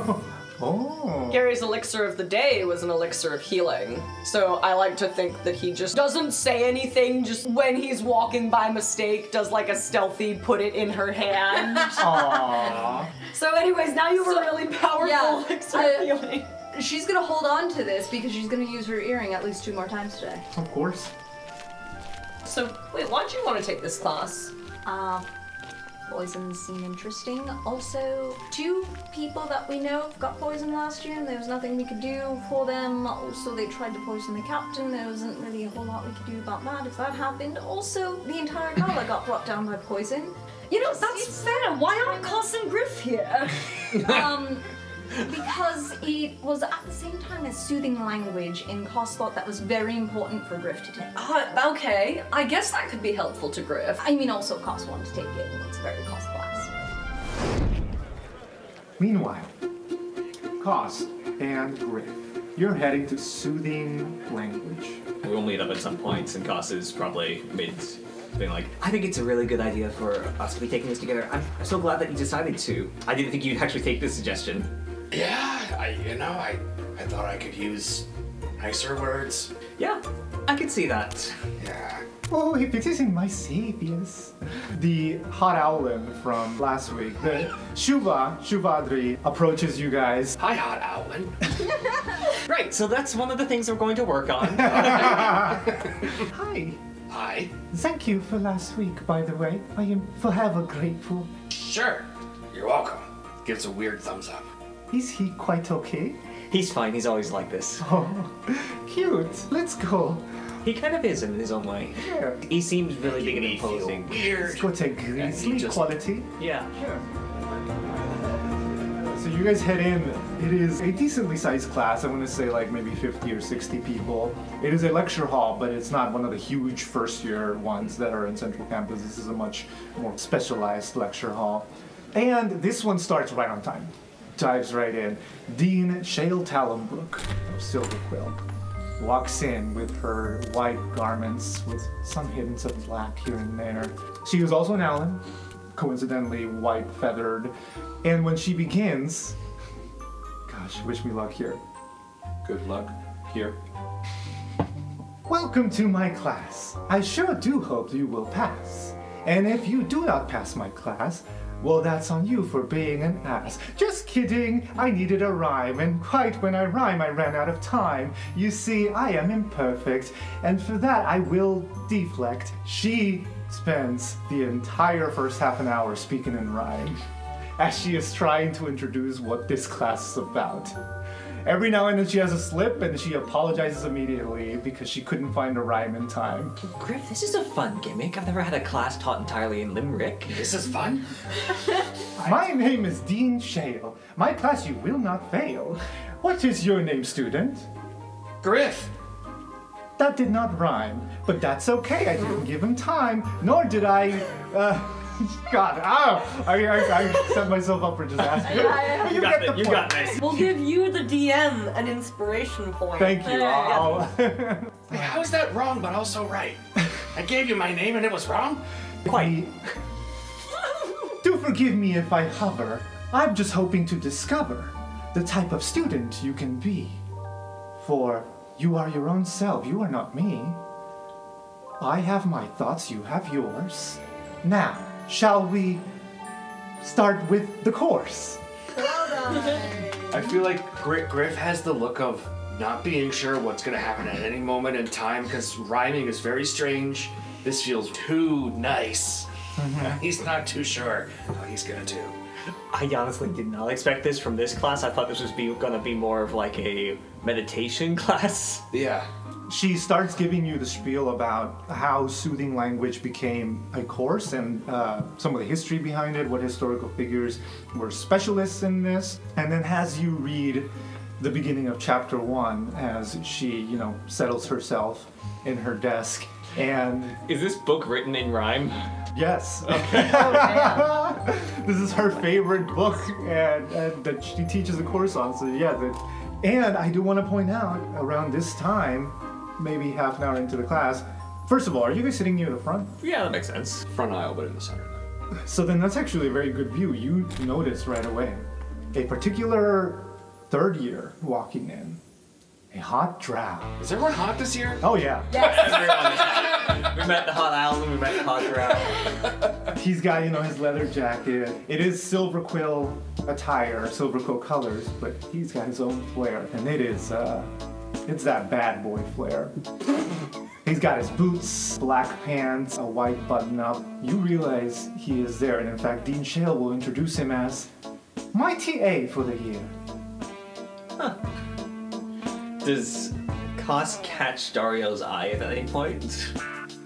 C: Oh.
D: Gary's elixir of the day was an elixir of healing. So I like to think that he just doesn't say anything, just when he's walking by mistake, does like a stealthy put it in her hand.
C: Aww.
D: So, anyways, now you have a really powerful
J: yeah,
D: elixir
J: I-
D: of healing.
J: She's gonna hold on to this because she's gonna use her earring at least two more times today.
C: Of course.
D: So, wait, why'd you want to take this class?
L: Uh, poisons seem interesting. Also, two people that we know got poisoned last year, and there was nothing we could do for them. Also, they tried to poison the captain. There wasn't really a whole lot we could do about that if that happened. Also, the entire gala got brought down by poison.
D: You know, that's fair. Why aren't Carson Griff here?
L: um, because it was at the same time as soothing language in Cos thought that was very important for Griff to take.
D: Ah, okay. I guess that could be helpful to Griff.
L: I mean, also Cos wanted to take it, and it's very Cos class.
C: Meanwhile, Cost and Griff, you're heading to soothing language.
P: We will meet up at some point, and Koss is probably mid being like,
F: I think it's a really good idea for us to be taking this together. I'm so glad that you decided to. I didn't think you'd actually take this suggestion.
E: Yeah, I you know, I I thought I could use nicer words.
F: Yeah, I could see that.
E: Yeah.
C: Oh, if it isn't my sapiens. The hot owlin from last week, the Shuva, Shuvadri, approaches you guys.
E: Hi, hot owlin.
F: Right, so that's one of the things we're going to work on.
C: Hi.
E: Hi.
C: Thank you for last week, by the way. I am forever grateful.
E: Sure. You're welcome. Gives a weird thumbs up.
C: Is he quite okay?
F: He's fine, he's always like this.
C: Oh, cute. Let's go.
F: He kind of is in his own way.
C: Yeah.
F: He seems really big and imposing.
C: It's got a grizzly quality.
F: Yeah.
C: So you guys head in. It is a decently sized class. I want to say like maybe 50 or 60 people. It is a lecture hall, but it's not one of the huge first year ones that are in Central Campus. This is a much more specialized lecture hall. And this one starts right on time. Dives right in. Dean Shale Talonbrook of Silver Quill walks in with her white garments with some hints of black here and there. She is also an Allen, coincidentally white feathered. And when she begins, gosh, wish me luck here.
H: Good luck here.
C: Welcome to my class. I sure do hope you will pass. And if you do not pass my class, well, that's on you for being an ass. Just kidding, I needed a rhyme, and quite when I rhyme, I ran out of time. You see, I am imperfect, and for that I will deflect. She spends the entire first half an hour speaking in rhyme as she is trying to introduce what this class is about. Every now and then she has a slip and she apologizes immediately because she couldn't find a rhyme in time.
F: Griff, this is a fun gimmick. I've never had a class taught entirely in Limerick.
E: This is fun?
C: My name is Dean Shale. My class you will not fail. What is your name, student?
E: Griff.
C: That did not rhyme, but that's okay. I didn't give him time, nor did I. Uh, God, ow! I, I, I set myself up for disaster.
D: You
C: got it, you got
D: this. We'll give you, the DM, an inspiration point.
C: Thank you.
D: There go.
C: Wow.
E: Wait, how is that wrong but also right? I gave you my name and it was wrong?
C: Quite. Do forgive me if I hover. I'm just hoping to discover the type of student you can be. For you are your own self, you are not me. I have my thoughts, you have yours. Now, shall we start with the course?
E: I feel like Gri- Griff has the look of not being sure what's going to happen at any moment in time because rhyming is very strange. This feels too nice. he's not too sure how he's going to do.
F: I honestly did not expect this from this class. I thought this was be, gonna be more of like a meditation class.
E: Yeah.
C: She starts giving you the spiel about how soothing language became a course and uh, some of the history behind it, what historical figures were specialists in this, and then has you read the beginning of chapter one as she, you know, settles herself in her desk. And
P: is this book written in rhyme?
C: yes, this is her favorite book and, and that she teaches a course on. So yeah, the, and I do want to point out around this time, maybe half an hour into the class. First of all, are you guys sitting near the front?
P: Yeah, that makes sense.
H: Front aisle, but in the center.
C: So then that's actually a very good view. You notice right away a particular third year walking in. A hot draft.
E: Is everyone hot this year?
C: Oh yeah.
F: We met the hot owl and we met the hot drow.
C: He's got, you know, his leather jacket. It is silver quill attire, silver quill colors, but he's got his own flair. And it is, uh, it's that bad boy flair. He's got his boots, black pants, a white button up. You realize he is there, and in fact, Dean Shale will introduce him as my TA for the year.
F: Does Koss catch Dario's eye at any point?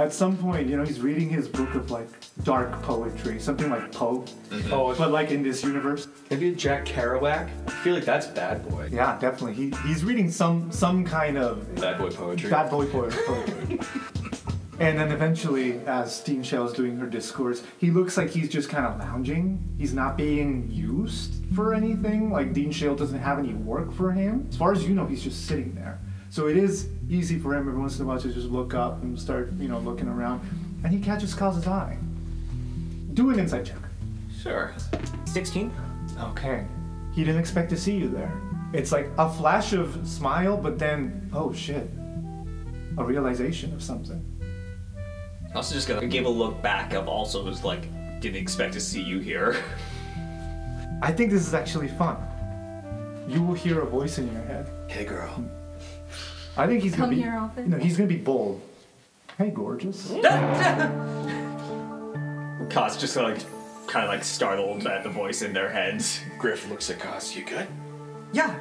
C: At some point, you know, he's reading his book of like dark poetry, something like Poe,
S: Oh,
C: but like in this universe.
S: Have you Jack Kerouac? I feel like that's bad boy.
C: Yeah, definitely. He, he's reading some some kind of
S: Bad boy poetry.
C: Bad boy poet. poetry. and then eventually, as Steam Shell's doing her discourse, he looks like he's just kind of lounging. He's not being used for anything. Like Dean Shell doesn't have any work for him. As far as you know, he's just sitting there. So it is easy for him every once in a while to just look up and start, you know, looking around. And he catches Kaz's eye. Do an insight check.
S: Sure.
C: 16. Okay. He didn't expect to see you there. It's like a flash of smile, but then, oh shit, a realization of something.
P: Also, just gonna give a look back of also who's like, didn't expect to see you here.
C: I think this is actually fun. You will hear a voice in your head.
E: Hey, girl.
C: I think he's
E: Come
C: gonna be.
E: here often.
C: No, he's gonna be bold. Hey, gorgeous.
P: Cos just like, kind of like startled at the voice in their heads.
T: Griff looks at Cos. You good?
G: Yeah.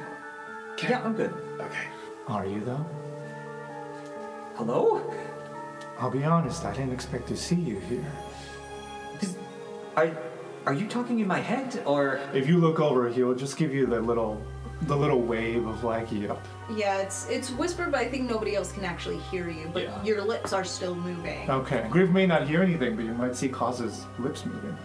G: Yeah, I'm good.
T: Okay.
C: Are you though?
G: Hello?
C: I'll be honest. I didn't expect to see you here.
G: Are are you talking in my head or?
C: If you look over, he'll just give you the little, the little wave of like, yep.
B: Yeah, it's it's whispered, but I think nobody else can actually hear you. But your lips are still moving.
C: Okay. Griff may not hear anything, but you might see Cause's lips moving.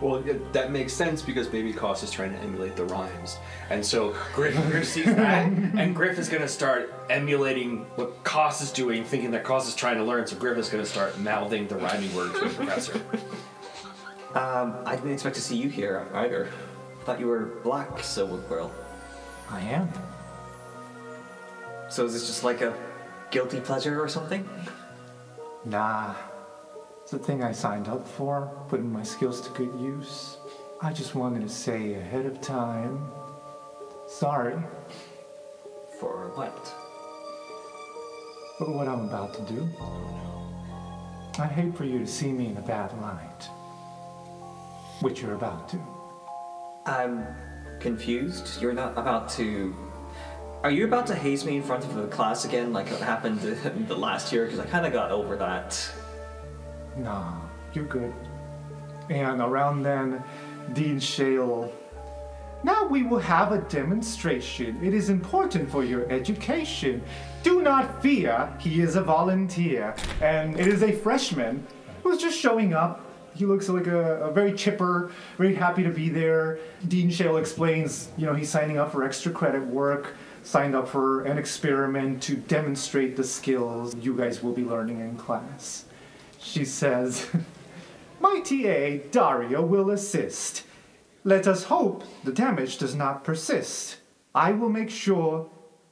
S: Well, yeah, that makes sense because maybe Koss is trying to emulate the rhymes. And so Griff, Griff sees that, and Griff is going to start emulating what Koss is doing, thinking that Koss is trying to learn, so Griff is going to start mouthing the rhyming words to the professor.
G: Um, I didn't expect to see you here either. Thought you were black, Silver Quirrell.
C: I am.
G: So is this just like a guilty pleasure or something?
C: Nah. It's the thing I signed up for, putting my skills to good use. I just wanted to say ahead of time, sorry
G: For what?
C: for what I'm about to do. I'd hate for you to see me in a bad light, which you're about to.
G: I'm confused. You're not about to. Are you about to haze me in front of the class again, like it happened the last year? Because I kind of got over that.
C: Nah, you're good. And around then, Dean Shale. Now we will have a demonstration. It is important for your education. Do not fear, he is a volunteer. And it is a freshman who's just showing up. He looks like a, a very chipper, very happy to be there. Dean Shale explains, you know, he's signing up for extra credit work, signed up for an experiment to demonstrate the skills you guys will be learning in class. She says, My TA, Dario, will assist. Let us hope the damage does not persist. I will make sure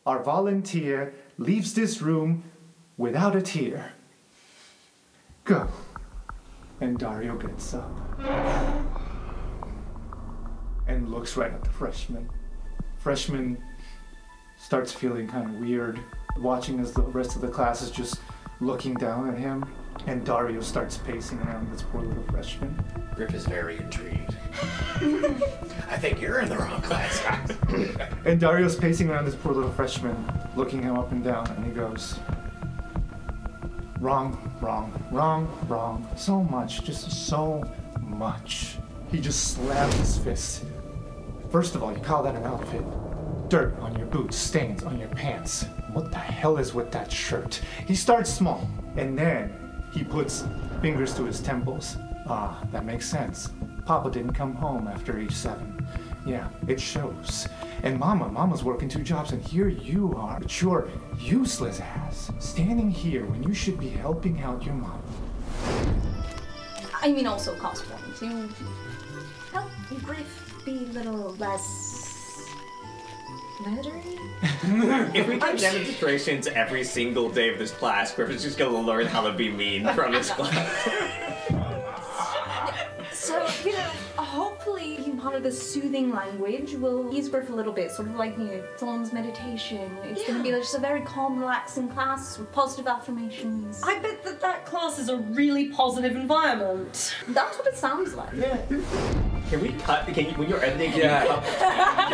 C: our volunteer leaves this room without a tear. Go. And Dario gets up and looks right at the freshman. Freshman starts feeling kind of weird, watching as the rest of the class is just looking down at him. And Dario starts pacing around this poor little freshman.
T: Griff is very intrigued. I think you're in the wrong class, guys.
C: And Dario's pacing around this poor little freshman, looking him up and down, and he goes, Wrong, wrong, wrong, wrong. So much, just so much. He just slams his fist. First of all, you call that an outfit? Dirt on your boots, stains on your pants. What the hell is with that shirt? He starts small, and then he puts fingers to his temples. Ah, that makes sense. Papa didn't come home after age seven. Yeah, it shows. And Mama, Mama's working two jobs, and here you are, with your useless ass, standing here when you should be helping out your mom.
L: I mean, also cost points. You help Griff be a little less murdery.
P: if we do demonstrations every single day of this class, Griffin's just gonna learn how to be mean from his class.
L: So you know, hopefully, you part of the soothing language will ease Griff a little bit, sort of like you know, someone's meditation. It's gonna be just a very calm, relaxing class with positive affirmations.
D: I bet that that class is a really positive environment.
L: That's what it sounds like. Yeah.
P: Can we cut? Can you, when you're editing, can
C: Yeah.
P: you cut?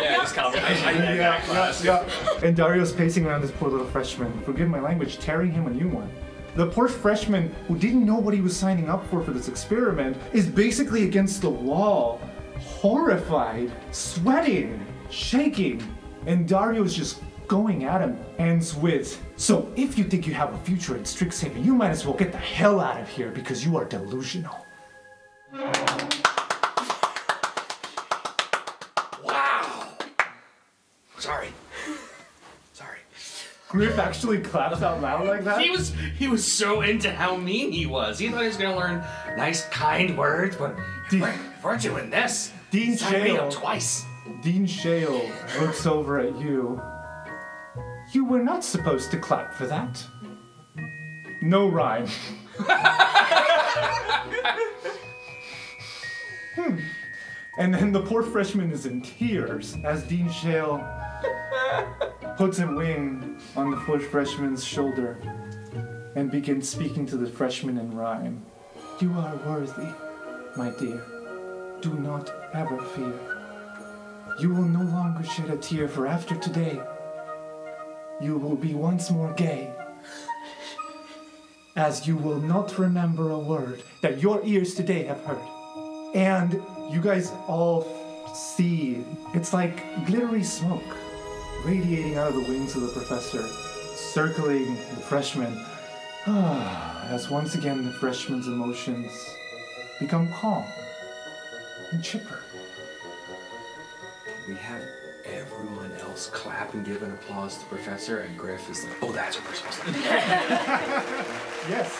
P: Yeah, this conversation. I had that class.
C: yeah. And Dario's pacing around this poor little freshman, forgive my language, tearing him a new one. The poor freshman who didn't know what he was signing up for for this experiment is basically against the wall, horrified, sweating, shaking, and Dario's just going at him. Ends with, "So if you think you have a future in Strixhaven, you might as well get the hell out of here because you are delusional."
E: Wow. Sorry. Sorry.
C: Griff actually claps out loud like that.
E: He was he was so into how mean he was. He thought he was gonna learn nice kind words, but we're, we're doing this.
C: Dean
E: Sign me up
C: Shale.
E: twice.
C: Dean Shale looks over at you. You were not supposed to clap for that. No rhyme. hmm. And then the poor freshman is in tears as Dean Shale puts a wing on the poor freshman's shoulder and begins speaking to the freshman in rhyme. You are worthy, my dear. Do not ever fear. You will no longer shed a tear, for after today, you will be once more gay. As you will not remember a word that your ears today have heard. And you guys all see it's like glittery smoke radiating out of the wings of the professor, circling the freshman. As once again the freshman's emotions become calm and chipper.
U: We have everyone else clap and give an applause to the professor, and Griff is like, oh, that's what we're supposed to do.
C: Yes.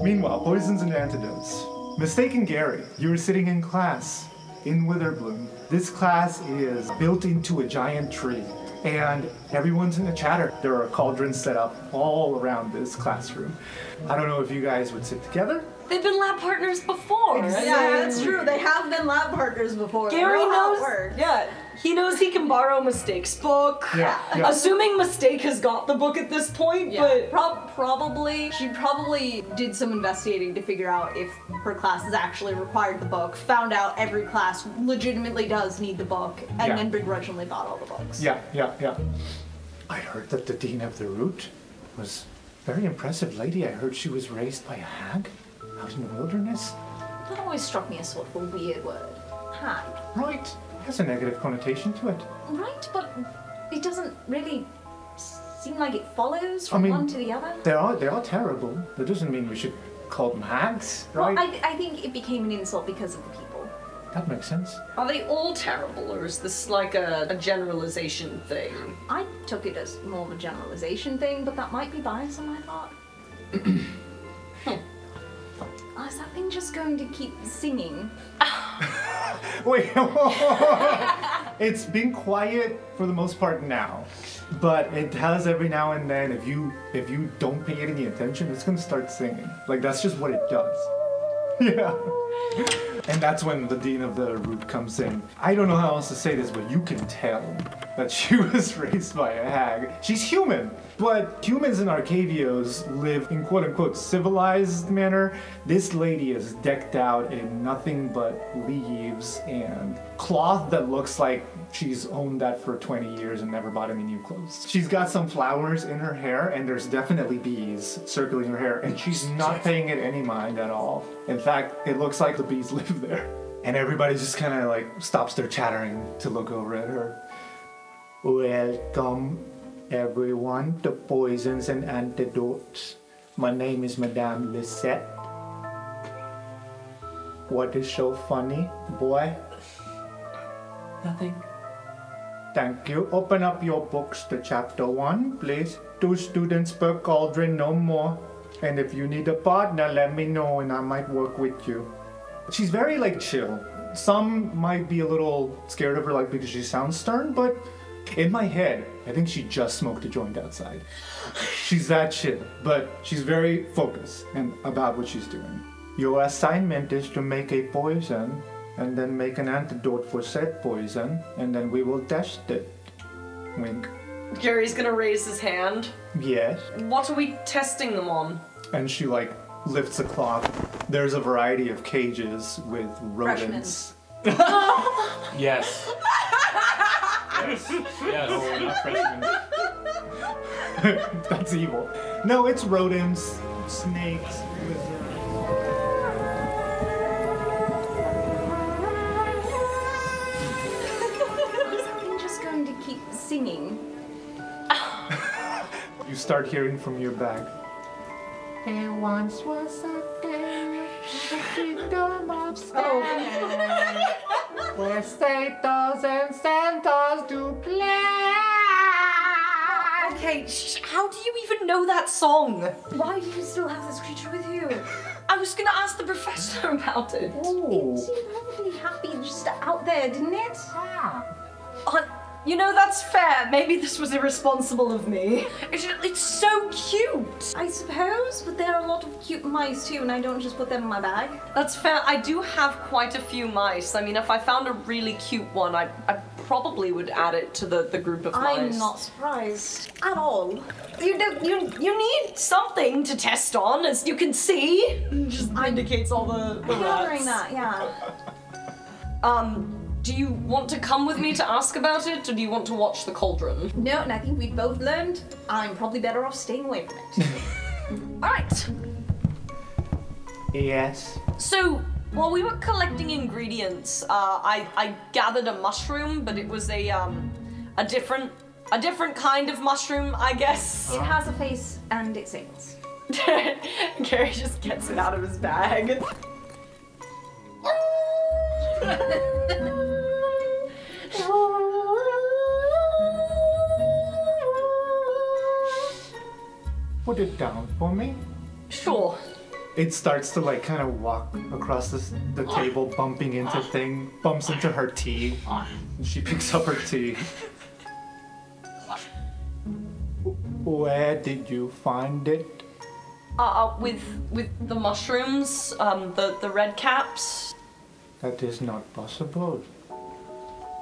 C: Meanwhile, poisons and antidotes. Mistaken Gary, you were sitting in class in Witherbloom. This class is built into a giant tree, and everyone's in a chatter. There are cauldrons set up all around this classroom. I don't know if you guys would sit together.
D: They've been lab partners before.
L: Yeah, that's true. They have been lab partners before.
D: Gary
L: They know how it
D: knows.
L: works.
D: Yeah, he knows he can borrow mistakes book.
L: Yeah, yeah.
D: Assuming mistake has got the book at this point, but
L: Prob- probably she probably did some investigating to figure out if her classes actually required the book. Found out every class legitimately does need the book, and
C: Yeah.
L: then begrudgingly bought all the books.
C: Yeah, yeah, yeah. I heard that the dean of the root was a very impressive lady. I heard she was raised by a hag out in the wilderness.
L: That always struck me as sort of a weird word. Hag.
C: Right. Has a negative connotation to it.
L: Right, but it doesn't really seem like it follows
C: I
L: from
C: mean,
L: one to the other.
C: They are they are terrible. That doesn't mean we should call them hags,
L: Well,
C: right?
L: I, I think it became an insult because of the people.
C: That makes sense.
D: are they all terrible, or is this like a, a generalization thing?
L: I took it as more of a generalization thing, but that might be bias on my part. oh, is that thing just going to keep singing?
C: Wait. it's been quiet for the most part now, but it has every now and then. If you if you don't pay it any attention, it's gonna start singing. Like that's just what it does. Yeah. And that's when the dean of the root comes in. I don't know how else to say this, but you can tell that she was raised by a hag. She's human, but humans in Arcavios live in quote unquote civilized manner. This lady is decked out in nothing but leaves and cloth that looks like she's owned that for 20 years and never bought any new clothes. She's got some flowers in her hair, and there's definitely bees circling her hair, and she's not paying it any mind at all. In fact, it looks like the bees live there. And everybody just kind of like stops their chattering to look over at her. Welcome, everyone, to Poisons and Antidotes. My name is Madame Lisette. What is so funny, boy?
V: Nothing.
C: Thank you. Open up your books to chapter one, please. Two students per cauldron, no more. And if you need a partner, let me know and I might work with you. She's very like chill. Some might be a little scared of her, like because she sounds stern, but in my head, I think she just smoked a joint outside. She's that chill, but she's very focused and about what she's doing. Your assignment is to make a poison and then make an antidote for said poison, and then we will test it. Wink.
D: Gary's gonna raise his hand.
C: Yes.
D: What are we testing them on?
C: And she like lifts a cloth. There's a variety of cages with rodents.
W: Yes.
S: yes. Yes.
C: No, we're not That's evil. No, it's rodents, snakes, lizards.
L: I'm just going to keep singing.
C: You start hearing from your back.
R: There once was a day the kingdom of
L: Oh.
R: where satyrs and centaurs do play.
D: Okay, sh- how do you even know that song?
L: Why do you still have this creature with you? Oh.
D: I was gonna ask the professor about it.
L: It seemed perfectly happy just out there, didn't it?
D: Uh, you know, that's fair. Maybe this was irresponsible of me. It's, it's so cute.
L: I suppose, but there are a lot of cute mice too, and I don't just put them in my bag.
D: That's fair. I do have quite a few mice. I mean, if I found a really cute one, I, I probably would add it to the, the group of mice.
L: I'm not surprised at all.
D: You, do, you, you need something to test on, as you can see. Just indicates all the, the
L: I'm wondering Mm, that,
D: rats.
L: yeah.
D: Um, do you want to come with me to ask about it, or do you want to watch the cauldron?
L: No, and I think we've both learned I'm probably better off staying away from it.
D: Alright,
C: Yes.
D: so while we were collecting ingredients, uh, I, I gathered a mushroom, but it was a, um, a different, a different kind of mushroom, I guess.
L: It has a face and it sings.
D: Gary just gets it out of his bag.
C: Put it down for me.
D: Sure.
C: It starts to like kind of walk across this, the table, bumping into thing, bumps into her tea. And she picks up her tea. Where did you find it?
D: Uh, with with the mushrooms, um, the the red caps.
C: That is not possible.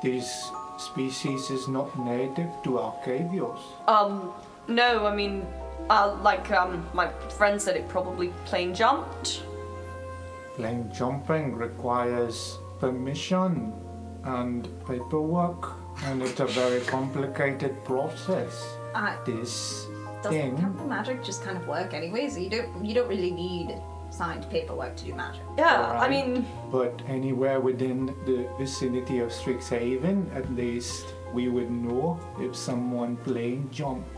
C: This species is not native to Arcadios.
D: Um, no, I mean, uh, like um, my friend said, it probably plane jumped.
C: Plane jumping requires permission and paperwork, and it's a very complicated process.
L: Uh,
C: This
L: doesn't
C: thing.
L: temple magic just kind of work anyway, so you don't you don't really need signed paperwork to do magic.
C: Right. But anywhere within the vicinity of Strixhaven, at least, we would know if someone plane jumped.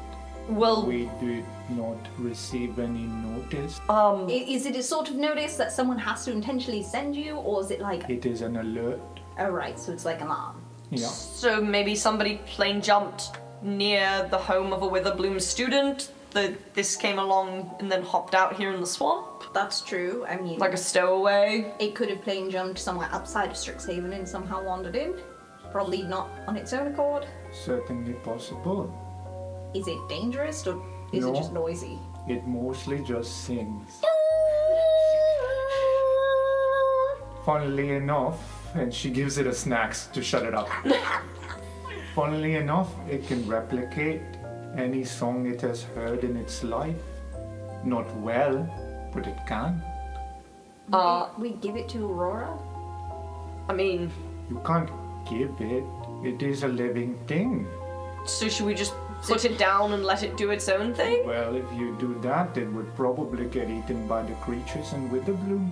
D: Well,
C: we did not receive any notice.
D: Um,
L: is it a sort of notice that someone has to intentionally send you, or is it like,
C: It is an alert.
L: oh right, so it's like alarm?
C: Yeah.
D: So maybe somebody plane jumped near the home of a Witherbloom student. The, this came along and then hopped out here in the swamp.
L: That's true. I mean,
D: Like a stowaway.
L: It could have plane jumped somewhere outside of Strixhaven and somehow wandered in. Probably not on its own accord.
C: Certainly possible.
L: Is it dangerous or is
C: No.
L: it just noisy?
C: It mostly just sings. Funnily enough, and she gives it a snacks to shut it up. Funnily enough, it can replicate any song it has heard in its life. Not well, but it can.
L: Uh, we give it to Aurora.
D: I mean,
C: You can't give it. It is a living thing.
D: so should we just put it down and let it do its own thing?
C: Well, if you do that, it would probably get eaten by the creatures in Witherbloom.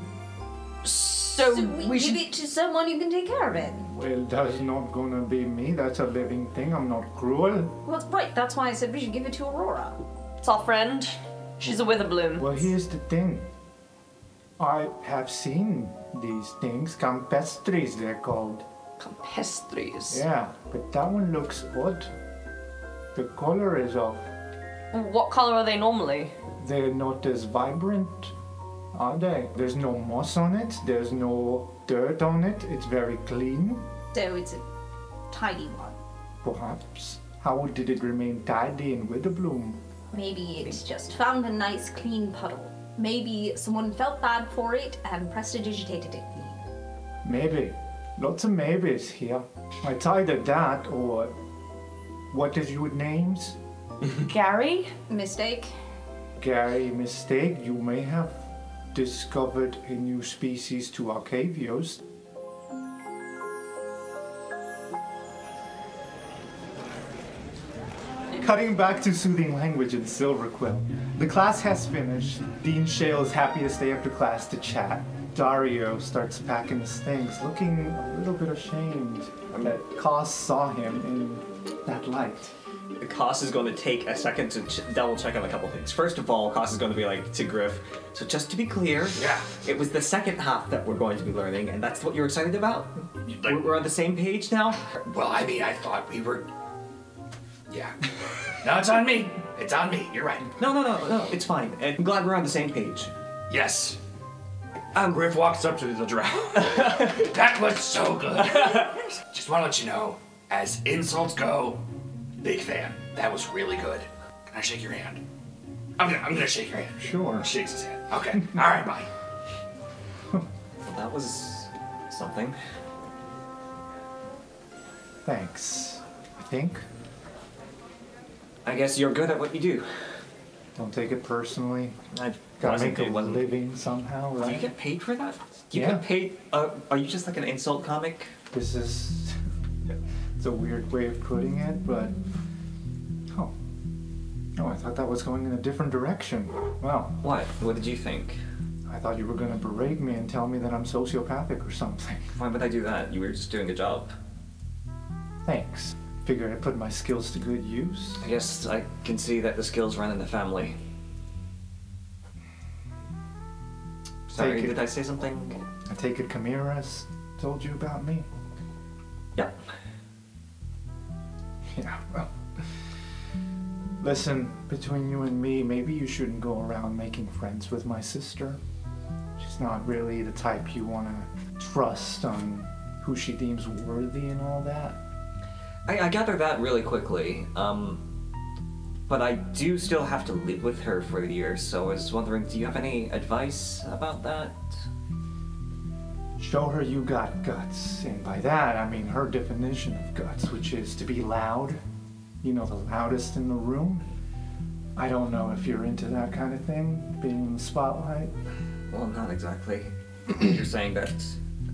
D: So,
L: we, give it to someone who can take care of it.
C: Well, that's not gonna be me. That's a living thing. I'm not cruel.
L: Well, right. That's why I said we should give it to Aurora.
D: It's our friend. She's a Witherbloom.
C: Well, here's the thing. I have seen these things, campestries they're called.
D: Campestries?
C: Yeah, but that one looks odd. The color is off.
D: What color are they normally?
C: They're not as vibrant, are they? There's no moss on it, there's no dirt on it, it's very clean,
L: So it's a tidy one.
C: perhaps. How did it remain tidy in Witherbloom?
L: Maybe it just found a nice clean puddle. Maybe someone felt bad for it and prestidigitated it.
C: Maybe. Lots of maybes here. It's either that or. What is your names?
D: Gary?
L: Mistake.
C: Gary, mistake. You may have discovered a new species to Arcavios. Cutting back to soothing language in Silver Quill. The class has finished. Dean Shale is happy to stay after class to chat. Dario starts packing his things, looking a little bit ashamed that Koss saw him in that light.
G: Koss is going to take a second to ch- double check on a couple things. First of all, Koss is going to be like to Griff. So just to be clear, yeah, it was the second half that we're going to be learning, and that's what you're excited about. We're- we're on the same page now.
E: Well, I mean, I thought we were. Yeah. no, it's on me. It's on me. You're right.
G: No, no, no, no. It's fine. I'm glad we're on the same page.
E: Yes.
G: Um,
E: Griff walks up to the drow. that was so good. Just want to let you know, as insults go, big fan. That was really good. Can I shake your hand? I'm gonna, I'm gonna shake your hand.
C: Sure.
E: Shakes his hand. Okay. All right, bye.
G: Well, that was something.
C: Thanks. I think.
G: I guess you're good at what you do.
C: Don't take it personally.
G: I
C: Gotta
G: wasn't
C: make a
G: good, wasn't-
C: living somehow,
G: Do you
C: right?
G: get paid for that? Do you
C: Yeah.
G: get paid? Uh, are you just like an insult comic?
C: This is. It's a weird way of putting it, but. Oh. No, I thought that was going in a different direction. Wow.
G: What? What did you think?
C: I thought you were gonna berate me and tell me that I'm sociopathic or something.
G: Why would I do that? You were just doing a job.
C: Thanks. Figured I put my skills to good use.
G: I guess I can see that the skills run in the family. Sorry,
C: Take it.
G: did I say something?
C: I take it Kamira's told you about me.
G: Yeah.
C: Yeah, well. Listen, between you and me, maybe you shouldn't go around making friends with my sister. She's not really the type you want to trust on who she deems worthy and all that.
G: I, I gather that really quickly. Um, but I do still have to live with her for a year, so I was wondering, do you have any advice about that?
C: Show her you got guts, and by that I mean her definition of guts, which is to be loud. You know, the loudest in the room. I don't know if you're into that kind of thing, being in the spotlight.
G: Well, not exactly. You're saying that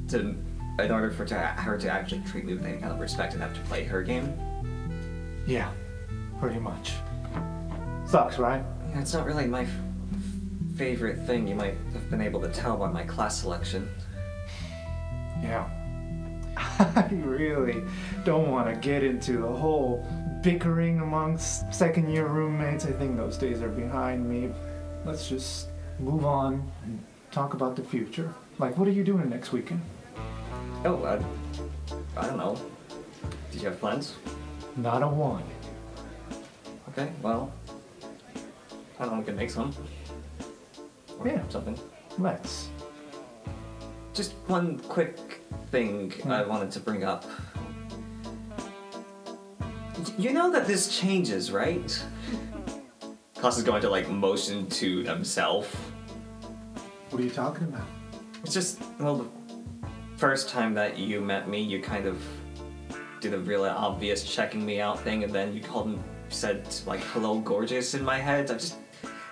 G: to, in order for to, her to actually treat me with any kind of respect, I'd have to play her game.
C: Yeah, pretty much. Sucks, right?
G: Yeah, it's not really my f- favorite thing. You might have been able to tell by my class selection.
C: Yeah. I really don't want to get into the whole bickering amongst second year roommates. I think those days are behind me. Let's just move on and talk about the future. Like, what are you doing next weekend?
G: Oh, I, I don't know. Did you have plans?
C: Not a one.
G: Okay, well, I don't know. We can make some. Or
C: Yeah.
G: Something.
C: Let's.
G: Just one quick thing I wanted to bring up. Y- You know that this changes, right?
P: Klaus is going to like motion to himself.
C: What are you talking about?
G: It's just, well, the first time that you met me, you kind of did a really obvious checking me out thing, and then you called and said, like, hello, gorgeous, in my head. I just,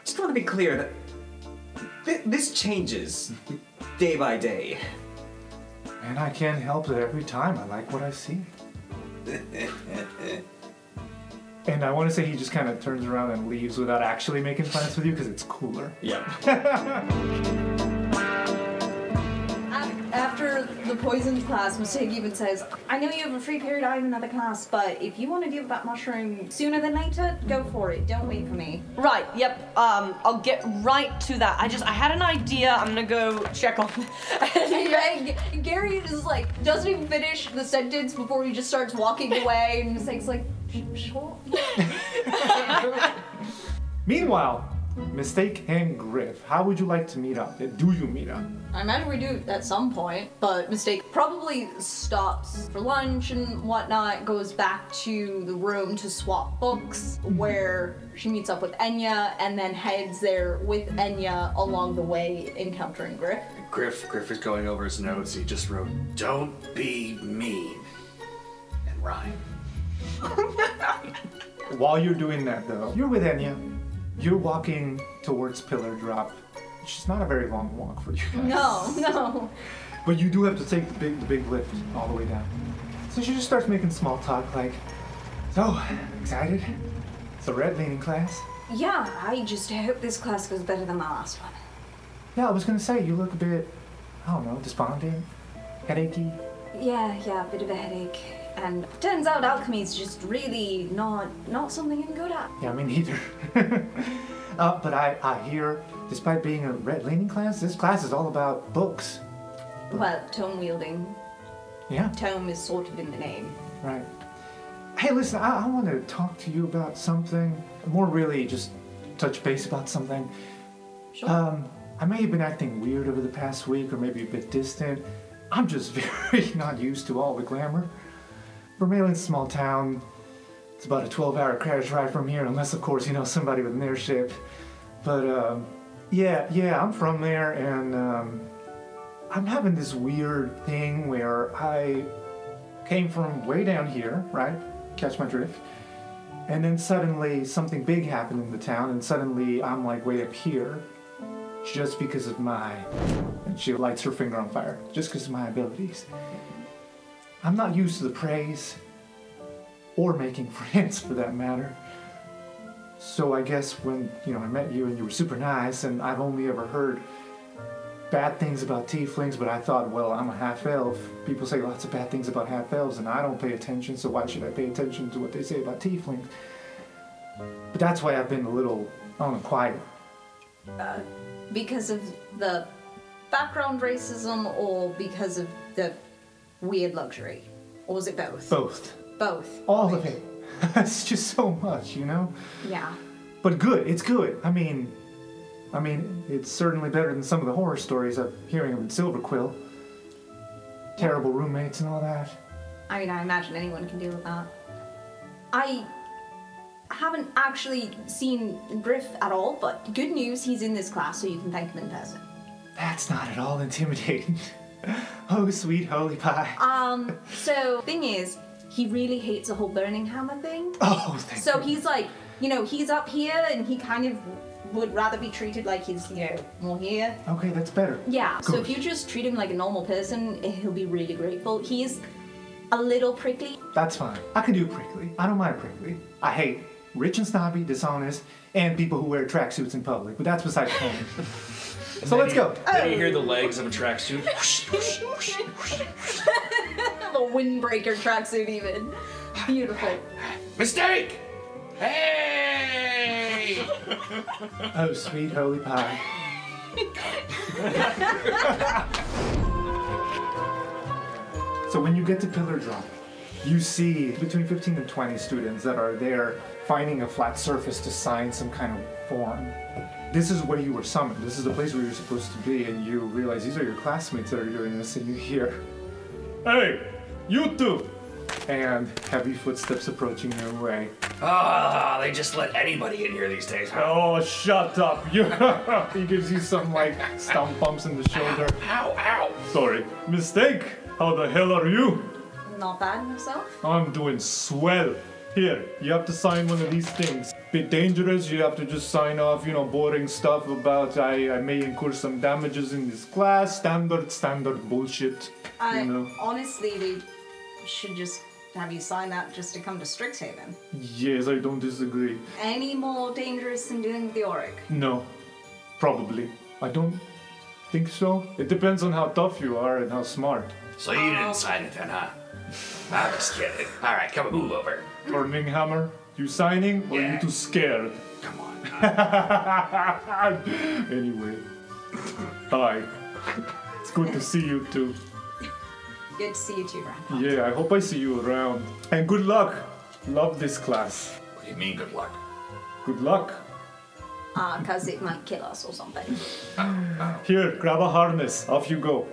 G: just want to be clear that th- this changes day by day.
C: And I can't help it every time. I like what I see. And I want to say he just kind of turns around and leaves without actually making plans with you because it's cooler.
G: Yeah.
L: A- After the poisoned class, Mistake even says, I know you have a free period, I have another class, but if you want to deal with that mushroom sooner than later, go for it. Don't wait for me.
D: Right. Yep. Um, I'll get right to that. I just I had an idea. I'm gonna go check on.
B: And G- Gary is like, doesn't even finish the sentence before he just starts walking away, and Mistake's like, sure.
C: Meanwhile, Mistake and Griff, how would you like to meet up? Do you meet up?
B: I imagine we do at some point, but Mistake probably stops for lunch and whatnot, goes back to the room to swap books, where she meets up with Enya and then heads there with Enya along the way, encountering Griff.
T: Griff, Griff is going over his notes. He just wrote, "Don't be mean," and rhyme.
C: While you're doing that, though, you're with Enya. You're walking towards Pillar Drop. It's just not a very long walk for you guys.
B: No, no.
C: But you do have to take the big, the big lift all the way down. So she just starts making small talk, like, "So, excited? It's a red leaning class.
L: Yeah, I just hope this class goes better than my last one.
C: Yeah, I was gonna say you look a bit, I don't know, despondent, headachy.
L: Yeah, yeah, a bit of a headache. And turns out alchemy's just really not not something I'm good at.
C: Yeah, me neither. uh, but I, I hear, despite being a red leaning class, this class is all about books.
L: Well, tome wielding.
C: Yeah.
L: Tome is sort of in the name.
C: Right. Hey, listen, I, I want to talk to you about something. More really, just touch base about something. Sure. Um, I may have been acting weird over the past week, or maybe a bit distant. I'm just very not used to all the glamour. Vermilion's a small town. It's about a 12 hour carriage ride from here, unless, of course, you know somebody with an airship. But, um, yeah, yeah, I'm from there, and um, I'm having this weird thing where I came from way down here, right? Catch my drift. And then suddenly something big happened in the town, and suddenly I'm like way up here just because of my. And she lights her finger on fire, just because of my abilities. I'm not used to the praise, or making friends for that matter. So I guess when you know I met you and you were super nice, and I've only ever heard bad things about tieflings, but I thought, well, I'm a half elf. People say lots of bad things about half elves, and I don't pay attention, so why should I pay attention to what they say about tieflings? But that's why I've been a little on the quiet.
L: Uh, because of the background racism or because of the weird luxury? Or was it both?
C: Both.
L: Both.
C: All of it. it's just so much, you know?
L: Yeah.
C: But good, it's good. I mean, I mean, it's certainly better than some of the horror stories I'm hearing of in Silverquill. Terrible roommates and all that.
L: I mean, I imagine anyone can deal with that. I haven't actually seen Griff at all, but good news, he's in this class, so you can thank him in person.
C: That's not at all intimidating. oh, sweet holy pie.
L: Um, so thing is, he really hates the whole burning hammer thing.
C: Oh, thank
L: So he's like, you know, he's up here and he kind of would rather be treated like he's, you know, more here.
C: Okay, that's better.
L: Yeah, so if
C: Good.
L: you just treat him like a normal person, eh, he'll be really grateful. He is a little prickly.
C: That's fine. I can do prickly. I don't mind prickly. I hate rich and snobby, dishonest, and people who wear tracksuits in public, but that's besides the point. so let's go.
S: Then you hear the legs of a tracksuit.
L: the windbreaker tracksuit, even. Beautiful.
S: Mistake! Hey!
C: Oh, sweet holy pie. So when you get to Pillar Drop, you see between 15 and 20 students that are there finding a flat surface to sign some kind of form. This is where you were summoned. This is the place where you're supposed to be, and you realize these are your classmates that are doing this, and you hear, "Hey, you two!" and heavy footsteps approaching your way.
T: Ah, they just let anybody in here these days. huh?
C: Oh, shut up! You he gives you some like stump bumps in the shoulder.
T: Ow, ow!
C: Sorry, mistake. How the hell are you?
L: Not bad myself.
C: I'm doing swell. Here, you have to sign one of these things. Bit dangerous, you have to just sign off, you know, boring stuff about I, I may incur some damages in this class. Standard, standard bullshit.
L: I
C: You know.
L: honestly, we should just have you sign that just to come to Strixhaven.
C: Yes, I don't disagree.
L: Any more dangerous than dealing with the Auric?
C: No, probably. I don't think so. It depends on how tough you are and how smart.
T: So you didn't sign it then, huh? I'm just kidding. All right, come on, move over.
C: Burning Hammer, you signing or you too scared?
T: Come on.
C: anyway, hi. It's good to see you too.
L: Good to see you too, Ryan.
C: Yeah, I hope I see you around. And good luck. Love this class.
T: What do you mean, good luck?
C: Good luck.
L: Ah, because it might kill us or something.
C: Here, grab a harness. Off you go.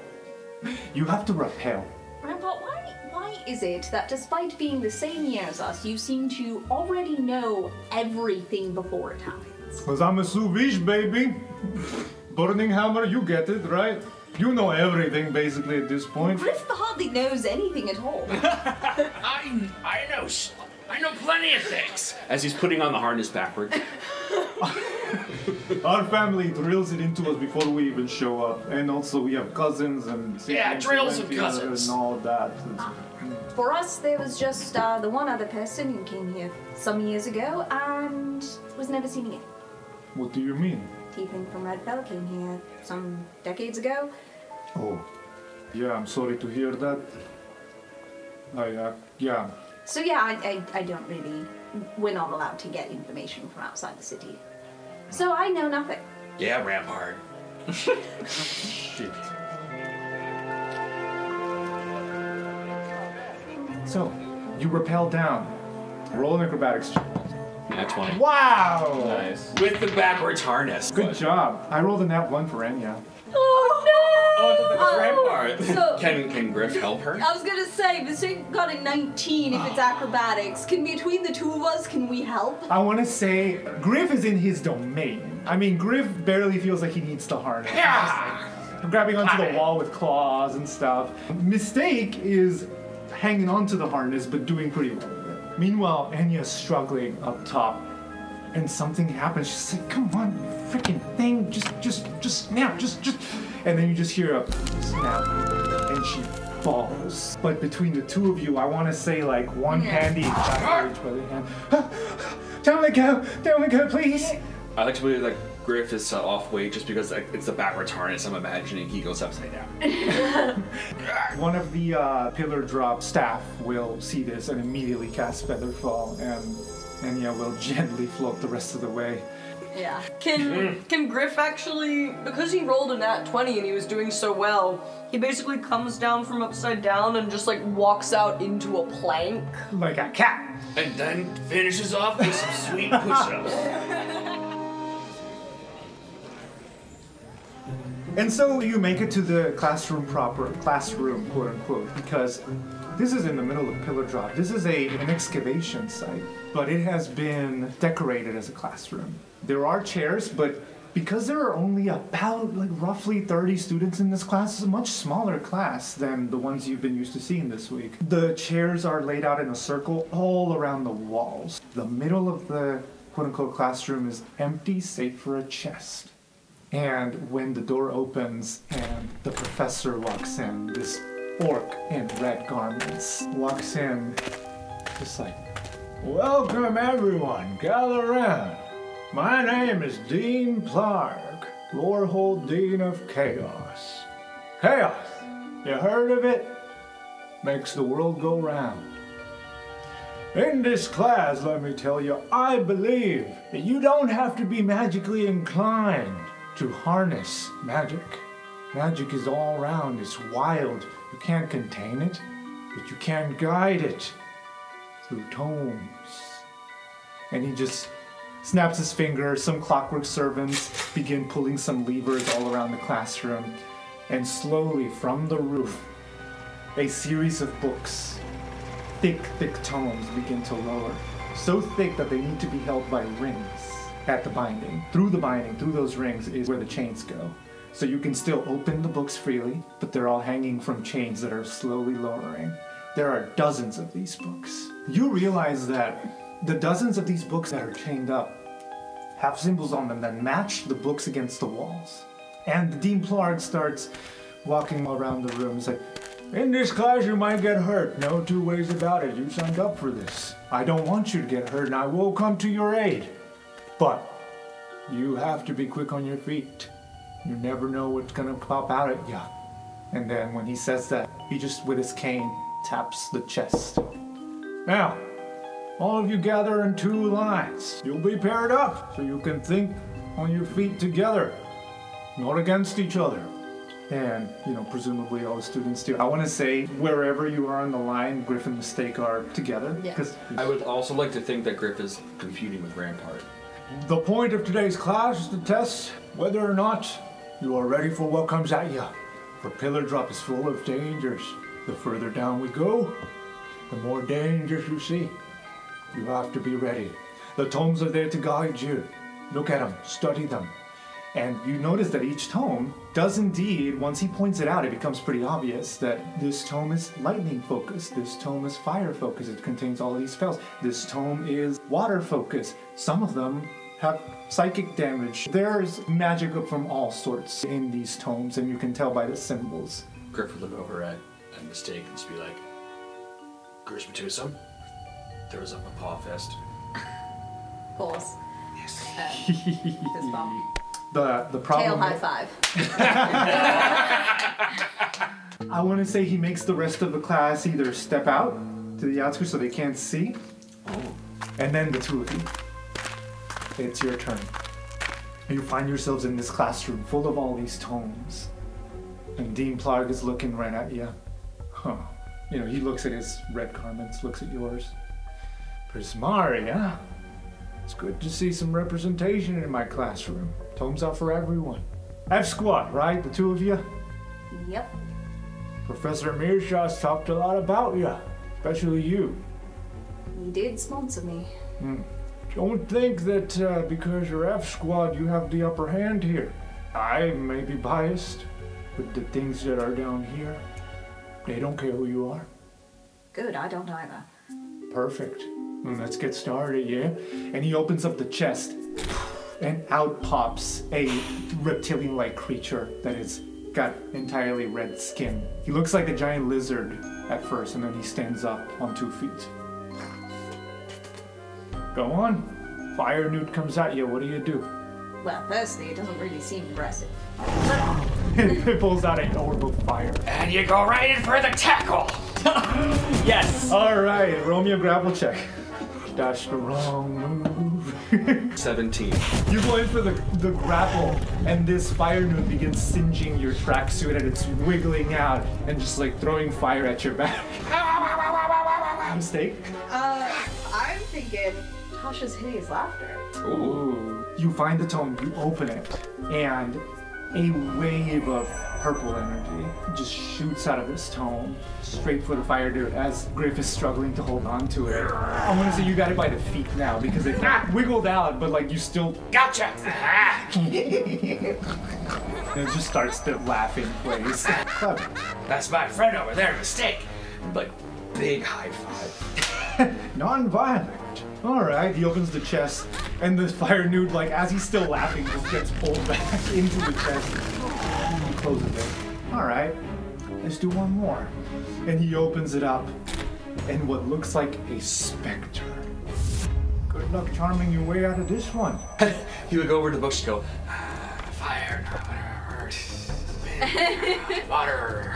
C: You have to rappel.
L: Ryan, but why, why is it that despite being the same year as us, you seem to already know everything before it happens?
C: Because I'm a sous vide, baby. Burning hammer, you get it, right? You know everything basically at this point.
L: Griff hardly knows anything at all.
T: I, I know. s- I know plenty of things.
S: As he's putting on the harness backward.
C: Our family drills it into us before we even show up, and also we have cousins and
T: Yeah,
C: siblings
T: drills and
C: each other
T: cousins.
C: and all that. It's-
L: For us, there was just uh, the one other person who came here some years ago and was never seen again.
C: What do you mean?
L: Keeping from Red Bell came here some decades ago.
C: Oh, yeah. I'm sorry to hear that. I uh, yeah.
L: So yeah, I, I, I don't really. We're not allowed to get information from outside the city. So I know nothing.
T: Yeah, Rampart.
C: Shit. So, you rappel down. Roll an acrobatics check.
H: Yeah, 20.
C: Wow!
H: Nice.
T: With the backwards harness.
C: Good job. I rolled a nat one for Enya.
L: Oh no! so
H: Can can Griff help her?
B: I was gonna say, Mistake got a 19 if it's acrobatics. Can between the two of us, can we help?
C: I want to say Griff is in his domain. I mean, Griff barely feels like he needs the harness. Yeah! Grabbing onto the wall with claws and stuff. Mistake is hanging onto the harness but doing pretty well. with it. Meanwhile, Anya's struggling up top, and something happens. She's like, "Come on, you freaking thing! Just, just, just snap! Just, just!" And then you just hear a snap, and she falls. But between the two of you, I want to say like one hand each. backwards by the hand. Don't let go! Don't let go, please!
H: I like to believe that Griff is set off weight just because like, it's the backwards harness. I'm imagining he goes upside down.
C: One of the uh, pillar drop staff will see this and immediately cast Featherfall, and Enya will gently float the rest of the way.
D: Yeah. Can can Griff actually because he rolled a nat 20 and he was doing so well, he basically comes down from upside down and just like walks out into a plank.
C: Like a cat.
T: And then finishes off with some sweet push-ups.
C: And so you make it to the classroom proper, classroom, quote unquote, because this is in the middle of Pillar Drop. This is a, an excavation site, but it has been decorated as a classroom. There are chairs, but because there are only about like roughly 30 students in this class, it's a much smaller class than the ones you've been used to seeing this week. The chairs are laid out in a circle all around the walls. The middle of the quote unquote classroom is empty, save for a chest. And when the door opens and the professor walks in, this orc in red garments walks in, just like,
X: Welcome, everyone. Gather round. My name is Dean Clark, Lorehold Dean of Chaos. Chaos, you heard of it? Makes the world go round. In this class, let me tell you, I believe that you don't have to be magically inclined to harness magic. Magic is all around, it's wild. You can't contain it, but you can guide it through tomes.
C: and he just snaps his finger. Some clockwork servants begin pulling some levers all around the classroom, and slowly from the roof, a series of books, thick, thick tomes, begin to lower. So thick that they need to be held by rings at the binding. Through the binding, through those rings, is where the chains go. So you can still open the books freely, but they're all hanging from chains that are slowly lowering. There are dozens of these books. You realize that the dozens of these books that are chained up have symbols on them that match the books against the walls.
X: And Dean Plard starts walking around the room. He's like, In this class, you might get hurt. No two ways about it. You signed up for this. I don't want you to get hurt, and I will come to your aid. But you have to be quick on your feet. You never know what's going to pop out at you.
C: And then when he says that, he just with his cane taps the chest.
X: Now, all of you gather in two lines. You'll be paired up so you can think on your feet together, not against each other.
C: And, you know, presumably all the students do. I want to say wherever you are on the line, Griffin and Mistake are together. Because
H: I would also like to think that Griff is competing with Rampart.
X: The point of today's class is to test whether or not you are ready for what comes at you. For Pillar Drop is full of dangers. The further down we go, the more dangers you see. You have to be ready. The tomes are there to guide you.
C: Look at them, study them. And you notice that each tome does indeed, once he points it out, it becomes pretty obvious that this tome is lightning focused, this tome is fire focused, it contains all these spells, this tome is water focused. Some of them have psychic damage. There's magic from all sorts in these tomes, and you can tell by the symbols.
H: Griff would look over at a mistake and just be like, Grishmatusum throws up a paw fist.
B: Pause. Yes. fist bump.
C: The the problem.
B: Tail high five.
C: I want to say he makes the rest of the class either step out to the outskirts so they can't see, and then the two of you. It's your turn. You find yourselves in this classroom full of all these tomes, and Dean Plarg is looking right at you. Huh. You know, he looks at his red garments, looks at yours.
X: Prismaria. It's good to see some representation in my classroom. Tomes out for everyone. F squad, right? The two of you?
B: Yep.
X: Professor Mearshaw's talked a lot about you, especially you.
L: He did sponsor me.
X: Hmm. Don't think that uh, because you're F squad, you have the upper hand here. I may be biased, but the things that are down here, they don't care who you are.
L: Good, I don't either.
C: Perfect. Mm, Let's get started, yeah? And he opens up the chest, and out pops a reptilian like creature that has got entirely red skin. He looks like a giant lizard at first, and then he stands up on two feet.
X: Go on. Fire newt comes at you. What do you do?
L: Well, firstly, it doesn't really seem impressive.
X: it pulls out an orb of fire.
T: And you go right in for the tackle.
X: Yes. All right. Roll me a grapple check. That's the wrong move.
H: 17.
C: You go in for the, the grapple, and this fire newt begins singeing your tracksuit, and it's wiggling out and just like throwing fire at your back. Mistake.
L: Uh, I'm thinking Tasha's hideous laughter.
C: Ooh. You find the tome, you open it, and a wave of purple energy just shoots out of this tome straight for the fire dude as Griff is struggling to hold on to it. I want to say you got it by the feet now because it wiggled out, but like you still
T: Ah! Gotcha.
C: and it just starts to laugh in place. Clever.
T: That's my friend over there. Mistake. Like big high five.
C: Non-violent. All right. He opens the chest, and the fire nude, like as he's still laughing, just gets pulled back into the chest. And he closes it. All right. Let's do one more. And he opens it up, and what looks like a specter.
X: Good luck charming your way out of this one.
H: He would go over to the books and go, ah, fire, wind,
T: Oh,
H: water.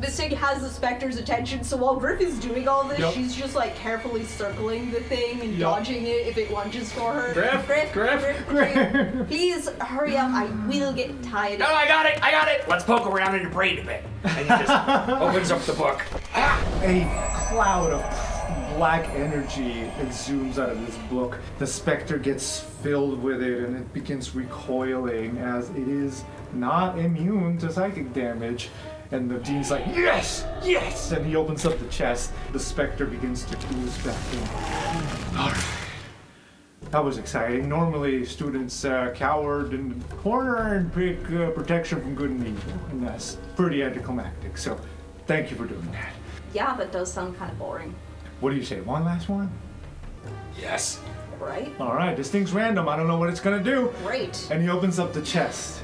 B: Mystic has the specter's attention, so while Griff is doing all this,
H: Yep.
B: she's just like carefully circling the thing and
H: Yep.
B: dodging it if it lunges for her.
T: Griff, Griff,
B: Griff. Please hurry up. I will get tired.
E: Ah.
T: No, I got it. I got it. Let's poke around in your brain a bit. And he just opens up the book.
C: A cloud of black energy exudes out of this book. The specter gets filled with it and it begins recoiling as it is not immune to psychic damage. And the dean's like, Yes! Yes! And he opens up the chest. The specter begins to ooze back in. Alright.
X: That was exciting. Normally, students uh, cowered in the corner and pick uh, protection from good and evil, and that's pretty anticlimactic. So, thank you for doing that.
L: Yeah, that does sound kind of boring,
X: What do you say? One last one?
H: Yes.
L: right?
X: All right, this thing's random. I don't know what it's gonna do.
L: Great.
C: And he opens up the chest.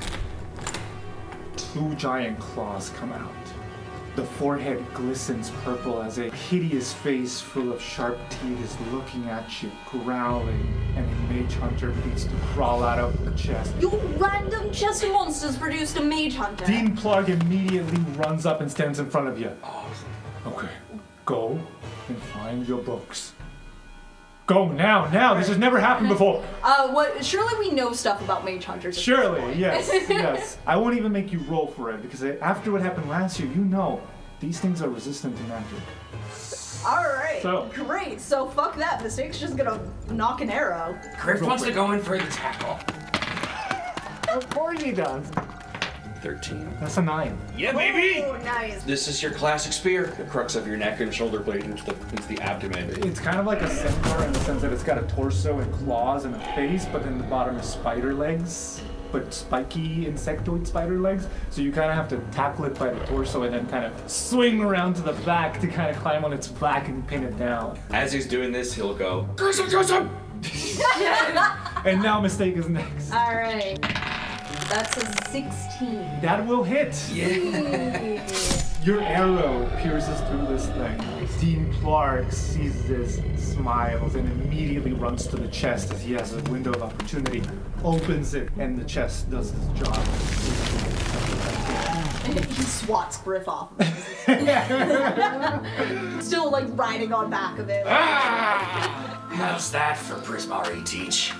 C: Two giant claws come out. The forehead glistens purple as a hideous face full of sharp teeth is looking at you, growling, and a mage hunter begins to crawl out of the chest.
B: You random chest of monsters produced a mage hunter.
C: Dean Plarg immediately runs up and stands in front of you. Okay, go and find your books.
X: Go now, now. This has never happened before.
B: Uh, what? Surely we know stuff about mage hunters. at this
C: Surely,
B: point.
C: yes, yes. I won't even make you roll for it because after what happened last year, you know these things are resistant to magic.
B: All right.
C: So-
B: Great. So fuck that. Mistake's just gonna knock an arrow.
T: Griff wants to go in for the tackle.
C: Of course he does.
H: 13.
C: That's a nine.
H: Yeah, baby.
B: Oh, nice.
H: This is your classic spear. The crux of your neck and shoulder blade into the, into the abdomen.
C: It's kind of like a centaur in the sense that it's got a torso and claws and a face, but then the bottom is spider legs, but spiky insectoid spider legs. So you kind of have to tackle it by the torso and then kind of swing around to the back to kind of climb on its back and pin it down.
H: As he's doing this, he'll go,
T: Gruesome, gruesome.
C: and now mistake is next.
B: All right. That's a 16.
C: That will hit. Your arrow pierces through this thing. Dean Clark sees this, smiles, and immediately runs to the chest as he has a window of opportunity, opens it, and the chest does its job.
L: he swats Griff off. Still like riding on back of it.
E: How's that for Prismari teach?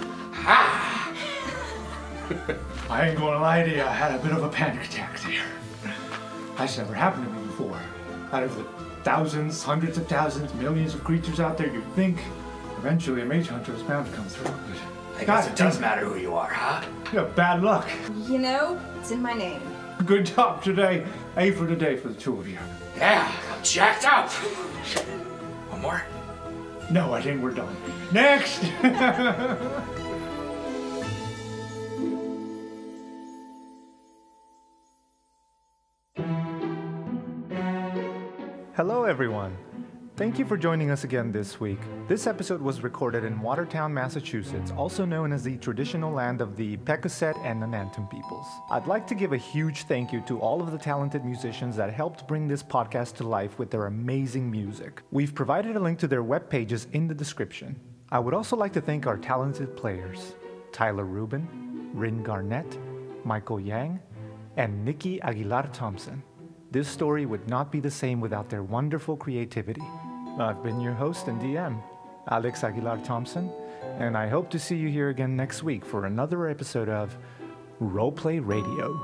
R: I ain't gonna lie to you, I had a bit of a panic attack there. That's never happened to me before.
C: Out of the thousands, hundreds of thousands, millions of creatures out there, you'd think eventually a mage hunter is bound to come through.
E: I guess it does matter who you are, huh?
C: Yeah, bad luck.
L: You know, it's in my name.
C: Good job today. A for today for the two of you.
E: Yeah, I'm jacked up. One more?
C: No, I think we're done. Next! Hello, everyone. Thank you for joining us again this week. This episode was recorded in Watertown, Massachusetts, also known as the traditional land of the Pecosset and Nanantum peoples. I'd like to give a huge thank you to all of the talented musicians that helped bring this podcast to life with their amazing music. We've provided a link to their web pages in the description. I would also like to thank our talented players Tyler Rubin, Rin Garnett, Michael Yang, and Nikki Aguilar Thompson. This story would not be the same without their wonderful creativity. I've been your host and DM, Alex Aguilar Thompson, and I hope to see you here again next week for another episode of Roleplay Radio.